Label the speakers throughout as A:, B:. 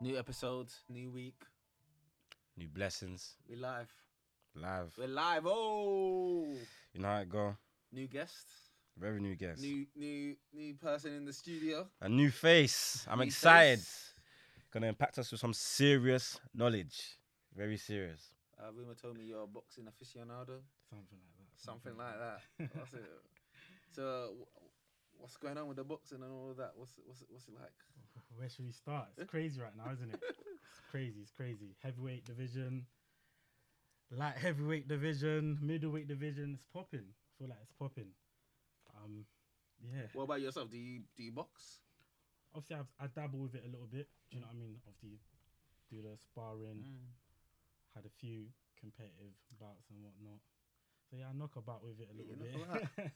A: New episodes, new week.
B: New blessings.
A: We live.
B: Live.
A: We're live. Oh,
B: You know how it go.
A: new guests,
B: Very new guest.
A: new new new person in the studio.
B: A new face. I'm
A: New
B: excited.
A: face.
B: Gonna impact us with some serious knowledge. Very serious.
A: Uh, rumor told me you're a boxing aficionado,
C: Something like that.
A: something like that. That's it. So, wh- what's going on with the boxing and all of that? What's what's what's it like?
C: Where should we start? It's crazy right now, isn't it? It's crazy. It's crazy. Heavyweight division, light heavyweight division, middleweight division. It's popping. I feel like it's popping. Um, yeah.
A: What about yourself? Do you do you box?
C: Obviously, I've, I dabble with it a little bit. Do you know what I mean? Obviously, do the sparring.
A: Mm.
C: Had a few competitive bouts and whatnot. So yeah, I knock about with it a
A: Yeah,
C: little
A: you knock
C: bit.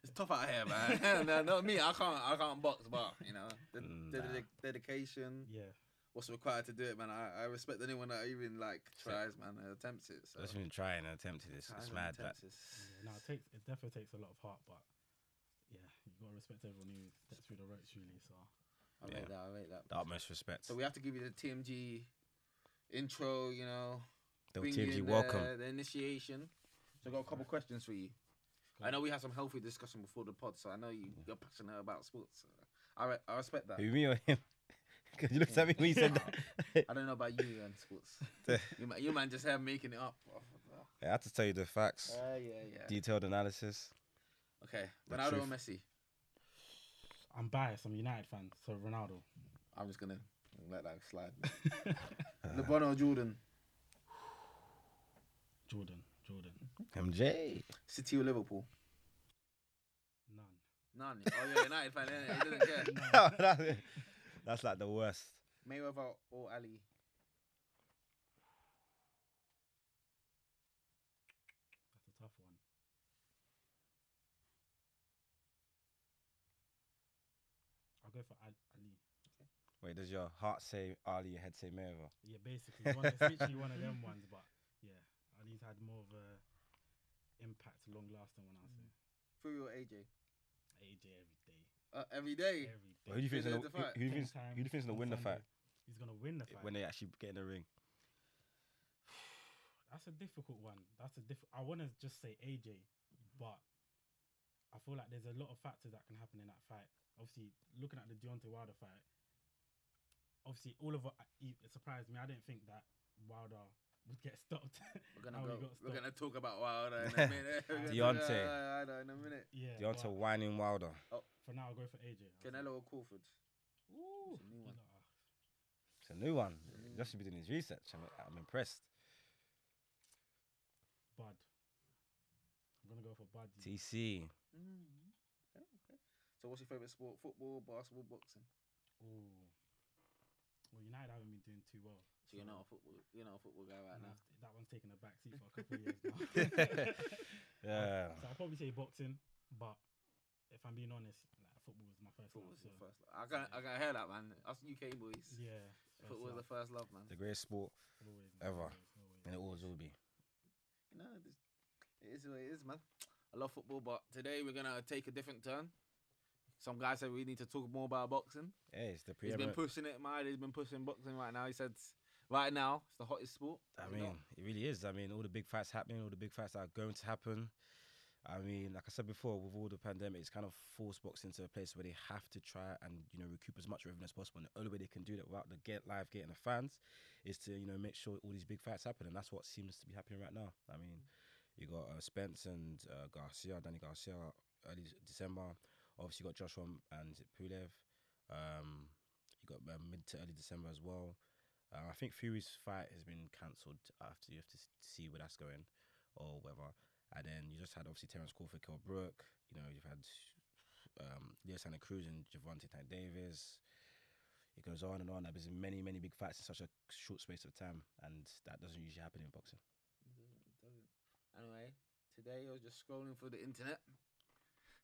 A: It's tough out here, man. no, not me. I can't. I can't box, but you know, the,
B: Mm,
A: the
B: nah.
A: dedic- dedication,
C: yeah.
A: what's required to do it, man. I, I respect anyone that even like tries, man, and attempts it. So.
B: Let's been trying and attempting this.
A: Tries
B: It's
A: Oh. and
B: mad. Like,
A: attempts is-
C: Yeah, no, it takes it definitely takes a lot of heart, but yeah, you gotta respect everyone who steps through the ropes, really. So
A: I
B: Yeah.
A: rate that. I rate that.
B: the utmost respect.
A: So we have to give you the TMG intro, you know,
B: Little
A: bring you
B: TMG
A: in
B: welcome.
A: The, the initiation. So I've got a couple questions for you. I know we had some healthy discussion before the pod, so I know you, you're passionate about sports. So I, re- I respect that.
B: Who me or him? 'Cause you looked at me when you said that.
A: I don't know about you and sports. you, man, you man just have making it up.
B: I had to tell you the facts.
A: Uh, yeah, yeah.
B: Detailed analysis.
A: Okay,
B: The
A: Ronaldo or
B: truth.
A: Messi?
C: I'm biased. I'm a United fan, so Ronaldo.
A: I'm just gonna let that slide. LeBron or Jordan?
C: Jordan, Jordan,
B: MJ.
A: City or Liverpool? None.
C: none.
A: Oh, you're a United fan, innit? He doesn't care.
B: That's like the worst.
A: Mayweather or Ali?
C: That's a tough one. I'll go for Al- Ali.
B: Wait, does your heart say Ali, your head say Mayweather?
C: Yeah, basically, one, it's literally one of them ones, but yeah, Ali's had more of a impact, long lasting one. I say
A: Fury or AJ?
C: AJ every day,
A: Uh, every day.
C: every day.
B: Who do you think's
A: Who
B: gonna,
A: did the
B: who-
A: fight?
B: who do you
C: Same
B: think's-
C: time
B: who do you think's gonna
C: on
B: win the
C: Sunday.
B: fight
C: He's gonna win the fight.
B: when they actually get in the ring?
C: That's a difficult one. That's a diff. I want to just say AJ, but I feel like there's a lot of factors that can happen in that fight. Obviously, looking at the Deontay Wilder fight, obviously all of I- it surprised me. I didn't think that Wilder would get stopped.
A: We're gonna
C: How he
A: go.
C: got
A: We're
C: stopped.
A: gonna talk about Wilder in a minute. We're gonna talk
B: Deontay.
A: about Wilder in a minute.
C: yeah.
B: Deontay
C: but
B: whining Wilder.
C: For now, I'll go for AJ. I'll say-
A: Canelo or Crawford?
C: Ooh,
A: It's a new
C: you
A: one.
C: lot are-
B: It's a new one. Just be doing his research. I'm, I'm impressed.
C: Bud. I'm gonna go for Bud. you know.
B: TC.
A: Mm. Okay, okay. So, what's your favorite sport? Football, basketball, boxing?
C: Ooh. Well, United haven't been doing too well.
A: So you're not a football. You're not a football guy right
C: and
A: now.
C: I've- that one's taken a backseat for a couple of years now.
B: Yeah.
C: So I'll probably say boxing, but if I'm being honest, like, football was my first
A: Football's
C: love.
A: your first. Love. I can I can hear that, man. Us UK boys.
C: So. Yeah. first
A: Football's the
C: love,
A: first love, man.
B: The greatest sport,
C: always,
B: ever.
C: always, always.
B: and it always will be.
A: You know, this, it is what it is, man. I love football, but today we're gonna take a different turn. Some guy said we need to talk more about boxing.
B: Yeah, it's the
A: He's been
B: preeminent.
A: pushing it, man. He's been pushing boxing right now. He said, right now it's the hottest sport.
B: I
A: Is it
B: mean,
A: not?
B: it really is. I mean, all the big fights happening, all the big fights that are going to happen. I mean, like I said before, with all the pandemic, it's kind of forced boxing to a place where they have to try and you know recoup as much revenue as possible. And the only way they can do that without the get live getting the fans is to you know make sure all these big fights happen, and that's what seems to be happening right now. I mean, you got uh, Spence and uh, Garcia, Danny Garcia, early December. Obviously, you got Joshua and Pulev. Um, you got uh, mid to early December as well. Uh, I think Fury's fight has been cancelled after you have to s- see where that's going or whatever. And then you just had obviously Terence Crawford, Kell Brook. You know, you've had um, Leo Santa Cruz and Javante Tank Davis. It goes on and on. There's been many, many big fights in such a short space of time, and that doesn't usually happen in boxing.
A: It doesn't. Anyway, today I was just scrolling through the internet,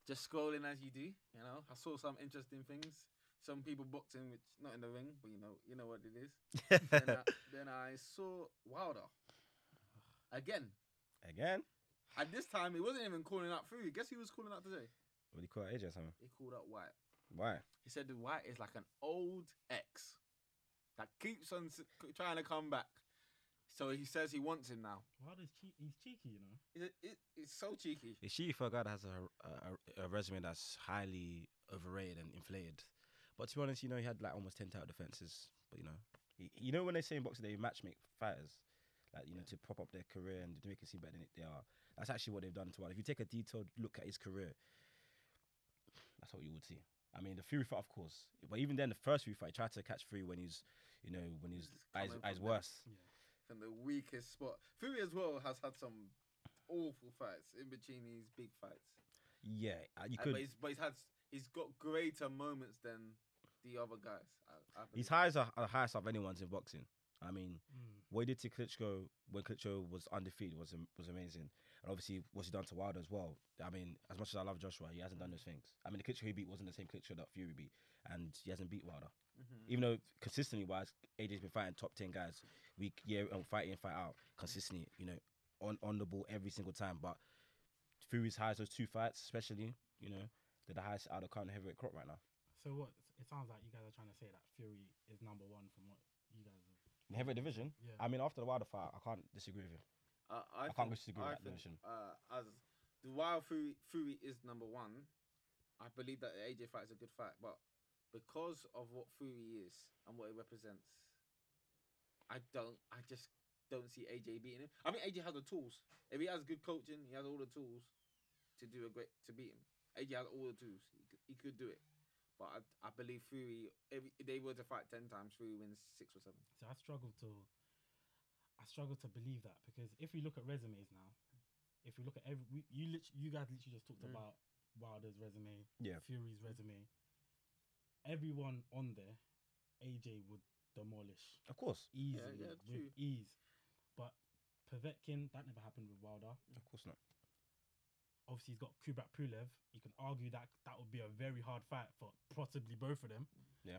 A: just scrolling as you do. You know, I saw some interesting things. Some people boxing, which not in the ring, but you know, you know what it is. then, I, then I saw Wilder again.
B: Again,
A: At this time, he wasn't even calling out Fury. Guess who was calling out today?
B: what do you call it, AJ or something?
A: He called out White.
B: Why?
A: He said the White is like an old ex. that keeps on s- c- trying to come back. So he says he wants him now.
C: Wilder's che- he's cheeky, you know.
A: It, it, it's so cheeky.
B: It's she for a guy that has a, a, a resume that's highly overrated and inflated. But to be honest, you know, he had like almost 10 title defenses. But you know, he, you know, when they say in boxing, they matchmake fighters, like, you know, to prop up their career and to make it seem better than it they are. That's actually what they've done to Wilder. If you take a detailed look at his career, that's what you would see. I mean, the Fury fight, of course. But even then, the first Fury fight, he tried to catch Fury when he's, you know, when he's
A: He's
B: at his,
A: coming
B: at his
A: from there.
B: worst.
A: From the weakest spot. Fury as well has had some awful fights in between these big fights.
B: Yeah, uh, you
A: Uh,
B: could.
A: but, he's, but he's had he's got greater moments than the other guys. I, I believe.
B: His highs are, are the highest of anyone's in boxing. I mean,
C: Mm.
B: what he did to Klitschko when Klitschko was undefeated was am- was amazing, and obviously what he done to Wilder as well. I mean, as much as I love Joshua, he hasn't done those things. I mean, the Klitschko he beat wasn't the same Klitschko that Fury beat, and he hasn't beat Wilder.
A: Mhm.
B: Even though consistently wise, AJ's been fighting top ten guys week year and fight in fight out consistently. You know, on on the ball every single time. But Fury's highs those two fights, especially you know, they're the highest out of current heavyweight crop right now.
C: So what? It sounds like you guys are trying to say that Fury is number one from what you guys. Have.
B: In the heavyweight division,
C: Yeah.
B: I mean, after the Wilder fight, I can't disagree with you.
A: Uh, I,
B: I can't
A: think-
B: disagree with
A: I
B: that
A: think,
B: notion.
A: Uh, as the while Fury, Fury is number one, I believe that the AJ fight is a good fight, but because of what Fury is and what it represents, I don't. I just don't see AJ beating him. I mean, AJ has the tools. If he has good coaching, he has all the tools to do a great to beat him. AJ has all the tools. He could, he could do it. But I, I believe Fury. If they were to fight ten times, Fury wins six or seven.
C: So I struggle to, I struggle to believe that because if we look at resumes now, if we look at every, we, you lit- you guys literally just talked
A: Mm.
C: about Wilder's resume,
B: Yeah.
C: Fury's resume. Everyone on there, AJ would demolish
B: Of course,
C: easily
A: yeah, true.
C: with ease, but Povetkin that never happened with Wilder.
B: of course not.
C: Obviously, he's got Kubrat Pulev. You can argue that that would be a very hard fight for possibly both of them.
B: Yeah.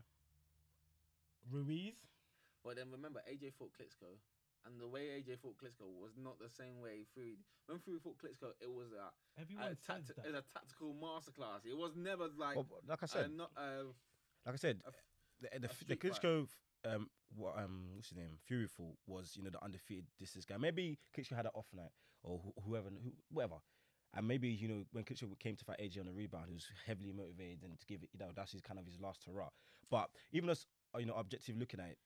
C: Ruiz,
A: But then remember, AJ fought Klitschko, and the way AJ fought Klitschko was not the same way Fury. When Fury fought Klitschko, it was a,
C: everyone
A: a,
C: says
A: tacti-
C: that.
A: it was a tactical masterclass. It was never like
B: Well, but like I said,
A: a, not uh, a
B: like I said,
A: a f-
B: the the,
A: a
B: the
A: street fight.
B: Klitschko, um, what, um, what's his name, Fury fought was you know the undefeated this this guy. Maybe Klitschko had an off night or wh- whoever, who, whatever. And maybe you know when Klitschko came to fight AJ on the rebound, he was heavily motivated and to give it. You know, that's his kind of his last hurrah. But even as uh, you know, objective looking at it,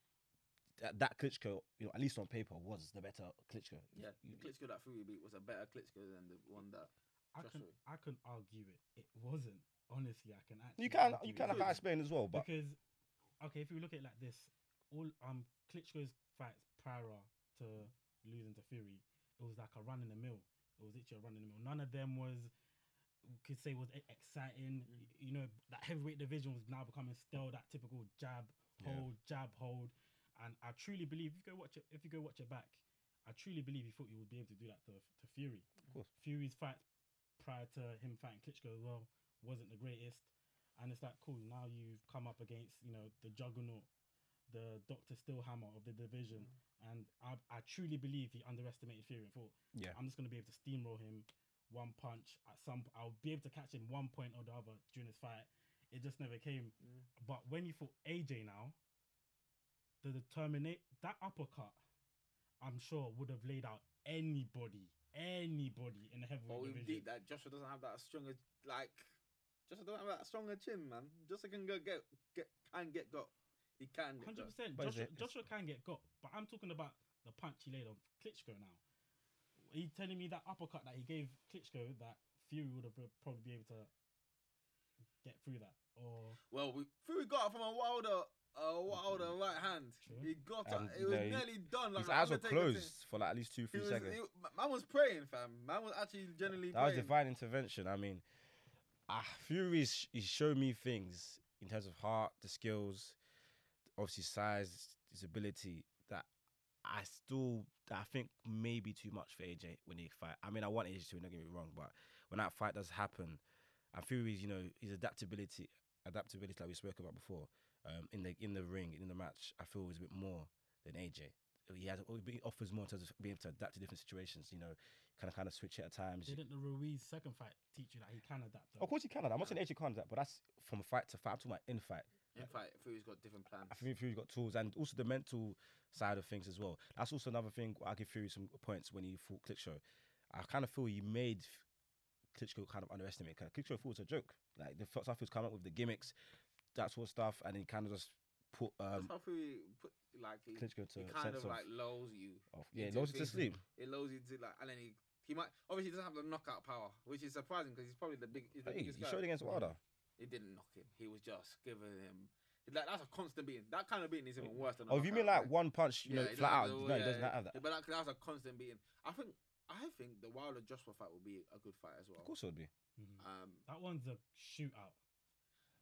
B: that, that Klitschko, you know, at least on paper, was the better Klitschko.
A: yeah.
B: You-
A: The Klitschko that Fury beat was a better Klitschko than the one that.
C: I
A: Trust
C: can
A: me.
C: I can argue it. It wasn't. Honestly, I can actually.
B: you can
C: argue
B: you
C: it.
B: kind of
A: Because-
B: can't explain as well, but
C: because okay, if you look at it like this, all um Klitschko's fights prior to losing to Fury, it was like a run in the mill. It was literally a run in the mill. None of them was we could say was e- exciting.
B: Mm.
C: You know that heavyweight division was now becoming stale. That typical jab
B: Yeah.
C: hold jab hold, and I truly believe if you go watch it if you go watch it back, I truly believe he thought he would be able to do that to, to Fury.
B: Of course.
C: Fury's fight prior to him fighting Klitschko as well wasn't the greatest. And it's like, cool, now you've come up against, you know, the juggernaut, the Dr. Stillhammer of the division. And I, I truly believe he underestimated Fury and thought,
B: Yeah.
C: I'm just going to be able to steamroll him one punch at some I'll be able to catch him one point or the other during his fight. It just never came.
A: Mm.
C: But when you fought AJ now, the determinate that uppercut, I'm sure would have laid out anybody, anybody in the
A: But
C: heavyweight
A: we
C: division.
A: deep that Joshua doesn't have that stronger like. Joshua doesn't have that stronger chin, man. Joshua can go get get can get got. He can get
C: Hundred
A: got.
C: percent.
B: But is
C: Joshua,
B: it-
C: Joshua can get got, but I'm talking about the punch he laid on Klitschko now. Are you telling me that uppercut that he gave Klitschko that Fury would have pro- probably be able to get through that? Or
A: Well, we, Fury got it from a Wilder, a Wilder right hand.
C: True.
A: He got
B: And,
A: it.
B: you
A: It was
B: know, he-
A: nearly done. Like
B: his
A: an
B: eyes were
A: Undertaker thing.
B: closed for like at least two
A: He
B: three
A: was,
B: seconds.
A: he- man was praying, fam. Man was actually genuinely
B: That was
A: praying.
B: divine intervention. I mean, ah, Fury sh- he showed me things in terms of heart, the skills, obviously size, his ability that I still that I think may be too much for AJ when they fight. I mean, I want AJ to win, don't get me wrong, but when that fight does happen, and Fury's you know his adaptability, adaptability like we spoke about before, um, in the in the ring in the match, I feel is a bit more than AJ. He has he offers more in terms of being able to adapt to different situations. You know, kind of kind of switch it at times.
C: didn't the Ruiz second fight teach you that he can adapt?
B: Of course you can. I'm not saying AJ can't do that, but that's from fight to fight. I'm talking about in fight.
A: In fact, Fury's got different plans.
B: I think Fury's got tools and also the mental side of things as well. That's also another thing I give Fury some points when he fought Klitschko. I kind of feel he made Klitschko kind of underestimate. Kind Klitschko thought it was a joke. Like the f- stuff he was coming up with, the gimmicks, that sort of stuff, and he kind of just put um,
A: That's how Fury put like he,
B: Klitschko to
A: he
B: a
A: kind of
B: sense of,
A: like lulls you.
B: of- yeah,
A: into
B: lulls you to
A: thinking.
B: sleep.
A: It lulls you to like, and then he he might obviously he doesn't have the knockout power, which is surprising because he's probably the big. He's the
B: Hey,
A: biggest
B: he
A: guy.
B: showed against Wilder.
A: It didn't knock him. He was just giving him. Like, that's a constant beating. That kind of beating is even worse than. a
B: Oh, if you mean
A: knockout,
B: like one punch, you know,
A: it
B: flat out?
A: doesn't-
B: no, he
A: yeah,
B: doesn't
A: yeah.
B: have that.
A: Yeah, but that, that was a constant beating. I think I think the Wilder Joshua fight will be a good fight as well.
B: Of course, it would be.
C: Mhm.
A: Um,
C: That one's a shootout.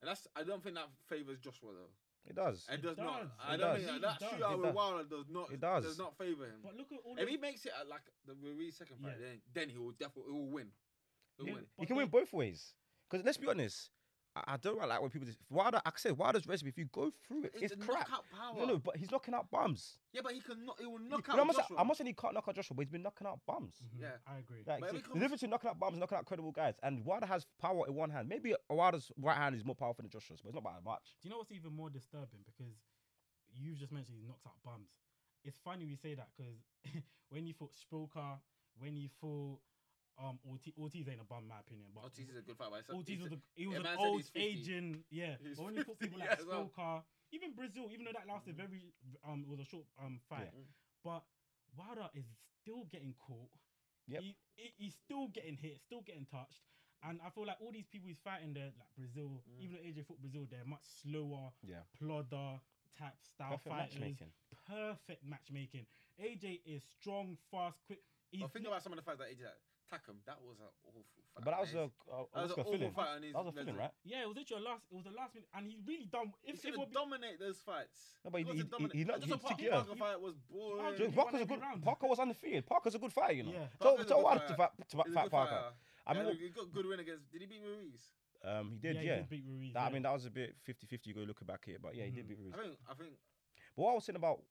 A: and that's I don't think that favors Joshua though.
B: It does.
A: It,
C: It
A: does, not.
C: does.
A: I
B: It
A: don't
B: does.
A: think
C: It
A: that,
C: does.
A: shootout
B: It
A: with
B: does.
A: Wilder does not.
B: It does.
A: Does not favor him.
C: But look at all.
A: if
C: of-
A: he makes it at like the Ruiz second fight,
C: Yeah.
A: then then he will definitely he will win. He'll
C: Yeah.
A: win.
B: You
C: But
B: can
C: he-
B: win both ways. Because let's be honest, I, I don't really like when people. Just, Wilder, like I said, Wilder's recipe. If you go through it, it's,
A: a
B: crap.
A: knockout power.
B: No, no, but he's knocking out bums.
A: Yeah, but he can knock. He will
B: He-
A: knock
B: but
A: out
B: I'm, not saying,
A: Joshua.
B: I'm not saying he can't knock out Joshua, but he's been knocking out bums.
C: Mhm,
A: Yeah.
C: I agree.
B: Like,
A: But
B: see,
A: every
B: the difference between knocking out bums and knocking out credible guys, and Wilder has power in one hand. Maybe Wilder's right hand is more powerful than Joshua's, but it's not by much.
C: Do you know what's even more disturbing? Because you've just mentioned he knocks out bums. It's funny we say that because when you fought Spilker, when you fought um Ortiz, Ortiz ain't a bum, in my opinion. But
A: Ortiz is a good fight. But it's a-
C: Ortiz
A: he's-
C: was a, he was
A: yeah,
C: an
A: man said
C: old
A: he's 50.
C: aging, yeah.
A: He's
C: But when you fought
A: 50,
C: people
A: yeah,
C: like
A: as well.
C: Spilker, even Brazil, even though that lasted very, um, it was a short um fight.
A: Mm. Yeah.
C: But Wilder is still getting caught.
B: Yep.
C: He, he, he's still getting hit, still getting touched. And I feel like all these people he's fighting there, like Brazil,
A: Mm.
C: even though AJ fought Brazil, they're much slower,
B: Yeah.
C: plodder type style
B: Perfect
C: fighters.
B: matchmaking.
C: Perfect matchmaking. AJ is strong, fast, quick. He's
A: But think
C: not-
A: about some of the fights that he did. at Takam, that was an awful fight.
B: But that was
A: man.
B: a,
A: It's-
B: uh,
A: that was an
B: Oscar
A: awful
B: filling.
A: fight.
B: That
A: and he's-
B: was a filling, right?
C: yeah, it was literally a last. It was the last minute, and he really done.
A: He's
C: If it
A: gonna
C: would be,
A: dominate those fights.
B: No, but he-
A: got to
B: he- he-
A: dominate.
B: he not-
A: Just a
B: he-
A: Parker
B: yeah.
A: Parker fight was boring.
C: He
B: Joe
C: won
B: Parker's a
C: every
B: good.
C: round.
B: Parker was undefeated. Parker's a good fighter, you know.
C: Yeah.
B: So,
A: Parker's a
B: so
A: good
B: I wanted
A: fighter.
B: to fight, to
A: He's a
B: fight
A: good
B: Parker.
A: fighter.
B: I
A: Yeah,
B: mean,
A: look, he got good win against. Did he beat Ruiz?
B: um, he did, yeah.
C: he did beat Ruiz.
B: That- I
C: yeah.
B: mean, that was a bit 50-50 you go looking back at it, but yeah, he did
C: Mhm.
B: beat Ruiz.
A: I think. I think.
B: But what I was saying about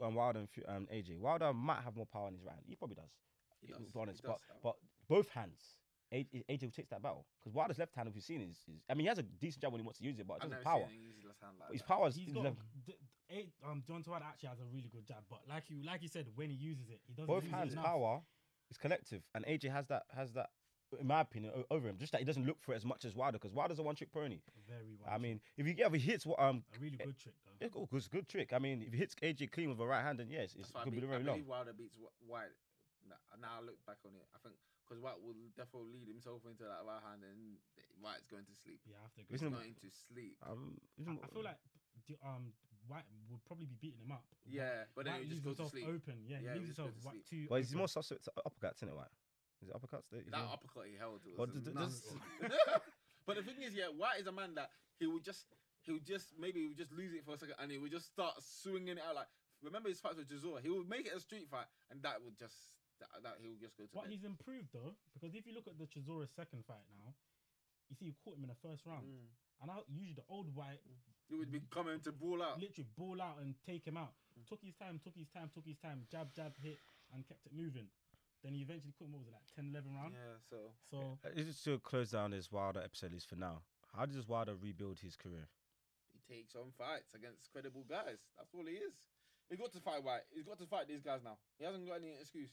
B: um, Wilder and Fu- um, AJ, Wilder might have more power in his right hand. He probably does.
A: He
B: It-
A: does.
B: we'll be honest,
A: he does.
B: but but both hands. A- A- AJ will take that battle because Wilder's left hand, if you've seen, is, is I mean, he has a decent jab when he wants to use it, but
A: I've
B: it
A: never
B: doesn't power.
A: seen him use his left hand like
B: His
A: that.
B: power is
C: He's
B: is
C: got
B: left,
C: d- d- eight, um, John Tawad actually has a really good jab, but like you, like you said, when he uses it, he doesn't.
B: both
C: use it
B: hands.
C: enough.
B: Power is collective, and AJ has that has that, in my opinion, o- over him. Just that he doesn't look for it as much as Wilder because Wilder's a one trick pony.
C: Very well.
B: I mean, if you ever hits what um,
C: a really good trick though.
B: it's good, it's good trick. I mean, if he hits AJ clean with a right hand, then yes,
A: That's
B: it's, it
A: why I
B: could be
A: be- I
B: very long.
A: believe Wilder beats Wh- White. Nah, Now I look back on it, I think because White will definitely lead himself into that right hand, and White's going to sleep.
C: Yeah, I have to agree.
A: He's
B: Isn't it-
A: going to sleep.
B: Um,
C: I, I feel like d- um White would probably be beating him up. but
A: Yeah, but then
C: White
A: he just
C: leaves
A: goes to
C: himself
A: sleep.
C: open. Yeah,
A: Yeah,
C: he
A: he
C: leaves
A: just goes
C: himself
A: to
C: wide
A: sleep.
C: too.
B: But he's
C: open.
B: more suspect to uppercuts, isn't it? White? Is it uppercuts? that he's
A: That
B: more-
A: uppercut he held was
B: But th- th-
A: nuts. but the thing is, yeah, White is a man that he would just, he would just maybe he would just lose it for a second, and he would just start swinging it out. Like remember his fights with Jazora, he would make it a street fight, and that would just that, that he would just go to
C: But
A: bed.
C: he's improved though, because if you look at the Chisora second fight now, you see he caught him in the first round,
A: Mm.
C: and I, usually the old White
A: He would be coming to brawl out.
C: literally ball out and take him out. Took his time, took his time, took his time, jab, jab, hit, and kept it moving. Then he eventually caught him. What was it like 10, 11 round?
A: Yeah, so
C: So
B: Uh, Just to close down this Wilder episode, at least for now, how does Wilder rebuild his career?
A: he takes on fights against credible guys. That's all he is. He got to fight White. He's got to fight these guys now. He hasn't got any excuse.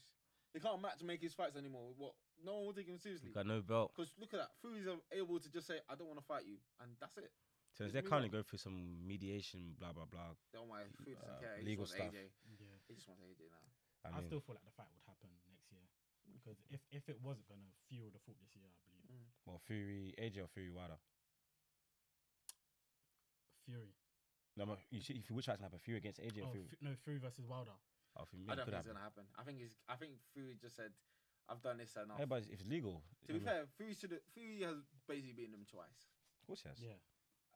A: He can't match make his fights anymore. What? No one will take him seriously.
B: He got no belt.
A: Because look at that. Fury's able to just say, "I don't want to fight you," and that's it.
B: So
A: He's
B: they're
A: moved
B: currently going through some mediation, blah blah blah.
A: Don't worry, Fury doesn't
B: Uh,
A: care. He
B: legal
A: just
B: stuff.
A: wants AJ.
C: yeah,
A: He just wants AJ now.
B: I
C: I,
B: mean,
C: still feel like the fight would happen next year because if if it wasn't gonna, Fury would have fought this year, I believe.
B: well, Fury, AJ or Fury Wilder.
C: Fury.
B: No, but you see, if you which fight happen, Fury against AJ or
C: Oh,
B: Fury?
C: Fu- no, Fury versus Wilder.
B: Oh, Fury
A: I
B: yeah,
A: don't
B: could
A: think it's
B: happen.
A: gonna happen. I think he's. I think Fury just said, "I've done this enough."
B: Yeah, but if it's legal,
A: to
B: I
A: be
B: mean,
A: fair, Fury should. Fury has basically beaten him twice.
B: of course he has.
C: Yeah,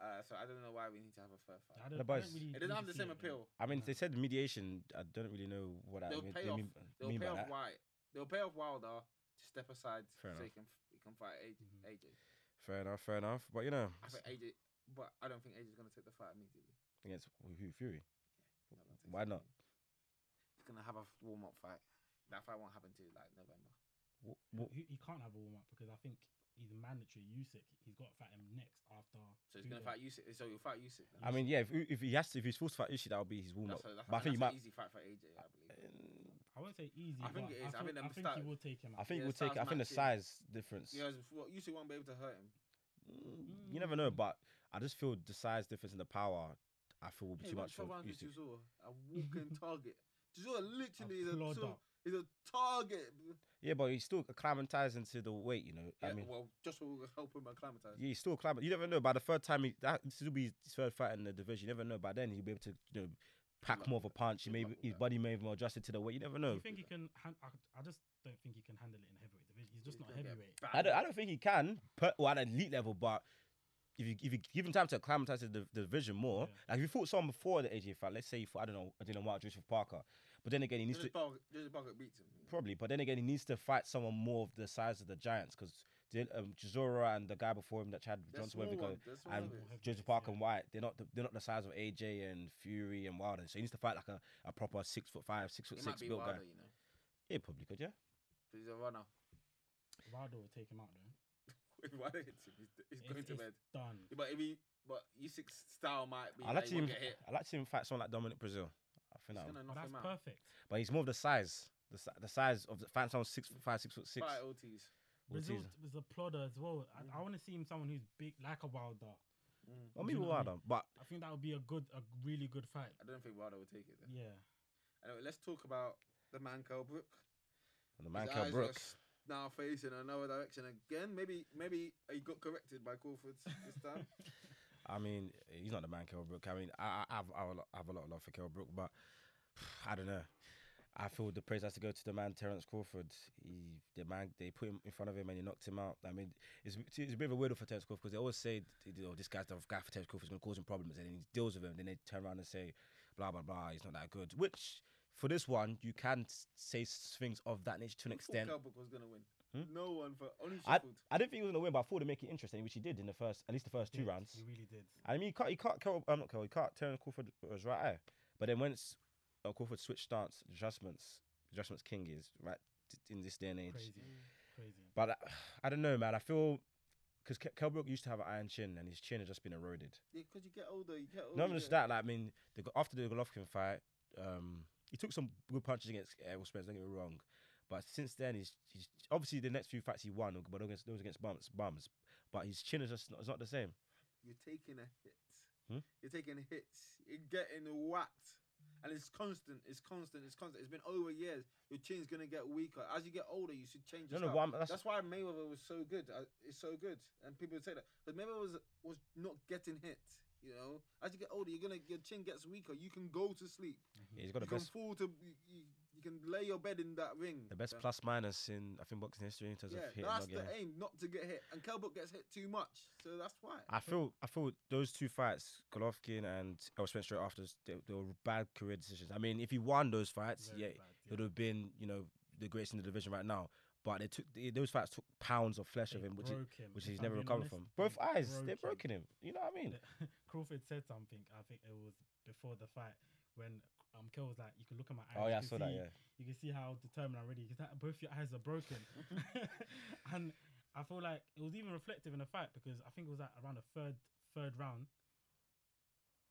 A: Uh, so I don't know why we need to have a third fight.
C: I don't,
B: The
C: I
B: boys-
C: don't really
A: It doesn't
C: need
A: have the
C: to see
A: same
C: it, you know.
A: appeal.
B: I mean,
C: No.
B: they said mediation. I don't really know what that
A: They'll
B: mean,
A: pay
B: they
A: off.
B: mean,
A: They'll
B: mean
A: pay
B: by
A: off
B: that.
A: White. They'll pay off Wilder to step aside
B: Fair
A: so
B: enough.
A: he can he can fight AJ.
C: Mhm.
A: AJ.
B: Fair enough, fair enough. But you know,
A: I think AJ, but I don't think AJ's gonna take the fight immediately.
B: against who? Fury.
A: No, no, takes
B: Why
A: it
B: not?
A: immediately. He's gonna have a warm up fight. That fight won't happen till like November.
B: What,
C: Who- He, can't have a warm up because I think he's mandatory. Usyk, he's got to fight him next after.
A: So he's gonna
C: Duda.
A: fight Usyk. So he'll fight Usyk. then.
B: I mean, yeah, if, if he has to, if he's forced to fight Ishii, that'll be his warm up.
A: that's a, that's,
B: But I think
A: and
B: you
A: that's
B: might.
A: an easy fight for AJ. I believe.
C: I won't say easy.
A: I think
C: but
A: it is. I
C: I,
A: think
C: think,
A: them
C: I think
A: start-
C: he will take him
B: I
C: out.
B: think
A: Yeah,
B: we'll
A: the
B: take.
A: styles
B: I think the
A: match, yeah.
B: size difference.
A: Yeah, well, Usyk won't be able to hurt him.
B: Mm, You never know, but I just feel the size difference in the power. I feel will be
A: Hey,
B: too
A: look,
B: much for
A: Trevor Anthony
B: Usyk.
A: Chisora, a walking target. Chisora literally is
C: A
A: a,
C: plodder.
A: sort of- is a target.
B: Yeah, but he's still acclimatized into the weight. You know,
A: Yeah,
B: I mean,
A: well, just will help him acclimatize.
B: yeah, he's still acclimatized. You never know. By the third time, he, that this will be his third fight in the division. You never know. By then, he'll be able to, you know, pack
A: Luck
B: more of a punch. He
A: Good
B: may
A: luck with
B: his
A: that.
B: body may have more adjusted to the weight. You never
C: Do
B: know.
C: you think he can? Han- I, I just don't think he can handle it in heavyweight division. He's just
A: He's
C: not
A: gonna get
C: heavyweight.
B: I don't. I
A: battered.
B: don't think he can. Per, well, at an elite level, but if you if you give him time to acclimatize to the, the division more,
C: Yeah.
B: like if you fought someone before the AJ fight, let's say you fought, I don't know, I don't know what Joseph Parker, but then again, he needs
A: Joseph
B: to
A: Parker- Joseph Parker beats him.
B: probably, but then again, he needs to fight someone more of the size of the Giants because um, Chisora and the guy before him that Chad
A: They're
B: Johnson, whatever you
A: small
B: call,
A: one, they're small
B: and
A: heavyweights.
C: Heavyweights,
B: Joseph Parker
C: yeah.
B: and White, they're not the, they're not the size of AJ and Fury and Wilder, so he needs to fight like a, a proper six foot five, six foot
A: He might
B: six
A: be
B: built guy.
A: Wilder, you know,
B: Yeah, probably could, yeah.
A: 'cause he's a runner.
C: Wilder will take him out though.
A: If Wilder hits him, he's, he's
C: It's-
A: going to
C: it's
A: bed.
C: Done.
A: Yeah, But if he, but Usyk's style might be
B: I
A: that
B: like
A: he
B: to
A: won't
B: even-
A: get hit.
B: I like to see him fight someone like Dominic Brazil. I
A: He's
B: think that, would-
A: gonna
C: But
A: knock
C: that's
A: him out.
C: perfect.
B: but he's more of the size, the, si- the size of the fight someone six foot five, six foot six.
A: Fight OTs.
B: Well, it's
C: Brazil
B: easy.
C: was a plodder as well. I, I want to see him someone who's big like a Wilder.
A: Mm.
B: Well,
C: Do
B: maybe
C: you know what I
B: Wilder, but
C: I think that would be a good, a really good fight.
A: I don't think Wilder will take it. Though.
C: Yeah.
A: Anyway, let's talk about the man Kell Brook.
B: the man
A: His
B: Kell
A: eyes are
B: Brook.
A: s- now facing another direction again. Maybe maybe he got corrected by Crawford this time.
B: I mean, he's not the man, Kell Brook. I mean, I, I, I've, I've, a lot, I've a lot of love for Kell Brook, but I don't know. I feel the praise has to go to the man, Terence Crawford. He, the man, they put him in front of him and he knocked him out. I mean, it's, it's a bit of a weirdo for Terence Crawford because they always say, you know, this guy's the guy for Terence Crawford, he's going to cause him problems, and then he deals with him. Then they turn around and say, blah, blah, blah, he's not that good. Which, for this one, you can s- say s- things of that nature to an
A: Who thought
B: extent.
A: Kell Brook was gonna win.
B: Hmm?
A: No one for only
B: I,
A: Sheffield.
B: I didn't think he was going to win, but I thought to make it interesting, which he did in the first, at least the first two
C: Did.
B: rounds.
C: He really did.
B: I mean, he can't, he can't, Kel, um, not Kel, he can't Terence Crawford with his right eye. But then once uh, Crawford switched stance, adjustments, adjustments king is right t- in this day and age.
C: Crazy.
A: Mm.
C: Crazy.
B: But I, I don't know, man. I feel because Ke- Kell Brook used to have an iron chin, and his chin has just been eroded.
A: Yeah, 'cause you get older, you get older.
B: Not
A: you
B: even just
A: get-
B: that. Like, I mean, the, go- after the Golovkin fight, um, he took some good punches against Errol Spence. Don't get me wrong, but since then, he's, he's obviously the next few fights he won, but those against, those against bumps, bums. But his chin is just not, it's not the same.
A: You're taking a hit.
B: Hmm?
A: You're taking hits. You're getting whacked. And it's constant, it's constant, it's constant. It's been over years. Your chin's gonna get weaker. As you get older, you should change
B: No,
A: your
B: no,
A: style.
B: but I'm- that's-
A: that's, why Mayweather was so good. Uh, it's so good. And people would say that. But Mayweather was was not getting hit, you know. As you get older, you're gonna your chin gets weaker. You can go to sleep.
C: Mm-hmm.
B: He's got the
A: you can
B: best
A: fall to you, you, you can lay your bed in that ring.
B: The best
A: Yeah.
B: plus minus in I think boxing history in terms
A: Yeah,
B: of hitting.
A: that's
B: Not
A: the
B: getting.
A: aim, not to get hit. And Kelbrook gets hit too much, so that's why.
B: I feel I feel those two fights, Golovkin and Errol Spence straight after, they, they were bad career decisions. I mean, if he won those fights,
C: Very
B: yeah,
C: bad,
B: it would have been you know the greatest in the division right now. But they took they, those fights took pounds of flesh
C: They
B: of him, which he,
C: broke him,
B: which
C: if
B: he's
C: I'm
B: never
C: being
B: recovered from.
C: honest, they
B: Both eyes, they've
C: broke him.
B: broken him. You know what I mean?
C: The- Crawford said something. I think it was before the fight when um Kel was like, "You can look at my eyes.
B: oh yeah, I
C: you can
B: saw that.
C: see-
B: Yeah,
C: you can see how determined I'm really. Because both your eyes are broken, and I feel like it was even reflective in the fight because I think it was like around the third third round.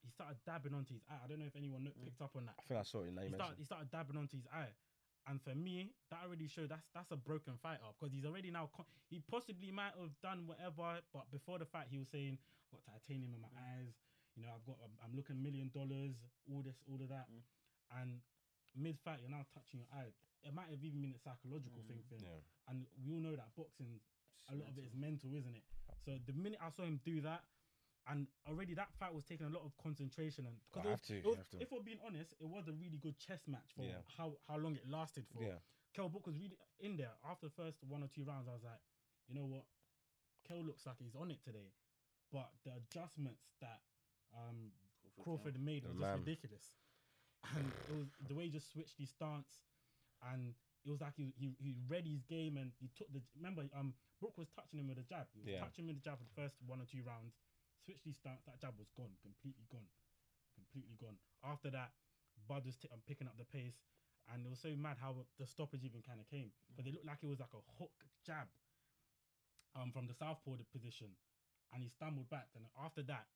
C: He started dabbing onto his eye. I don't know if anyone look- picked up on that.
B: I think I saw it. Now you
C: he
B: mentioned.
C: started, he started dabbing onto his eye. And for me, that already showed that's that's a broken fighter because he's already now con- he possibly might have done whatever, but before the fight he was saying, "I've got titanium in my
B: Mm.
C: eyes, you know, I've got I'm, I'm looking million dollars, all this, all of that,"
A: Mm.
C: and mid fight you're now touching your eye. It might have even been a psychological thing for him,
B: Mm. yeah.
C: and we all know that boxing a lot of it is mental, isn't it? So the minute I saw him do that, and already that fight was taking a lot of concentration and
B: Oh,
C: because
B: I have to,
C: it
B: I
C: was-
B: have to.
C: if we're being honest, it was a really good chess match for
B: Yeah.
C: how how long it lasted for.
B: Yeah.
C: Kel Brook was really in there after the first one or two rounds. I was like, you know what, Kel looks like he's on it today, but the adjustments that um, Crawford made
B: The
C: was just
B: man.
C: ridiculous, and it was the way he just switched his stance, and it was like he he, he read his game and he took the remember um Brook was touching him with a jab, he was
B: Yeah.
C: touching him with a jab for the first one or two rounds, switched his stance, that jab was gone, completely gone, completely gone. After that, Bud was t- um, picking up the pace, and it was so mad how the stoppage even kind of came. But it looked like it was like a hook jab um, from the southpaw position, and he stumbled back. And after that,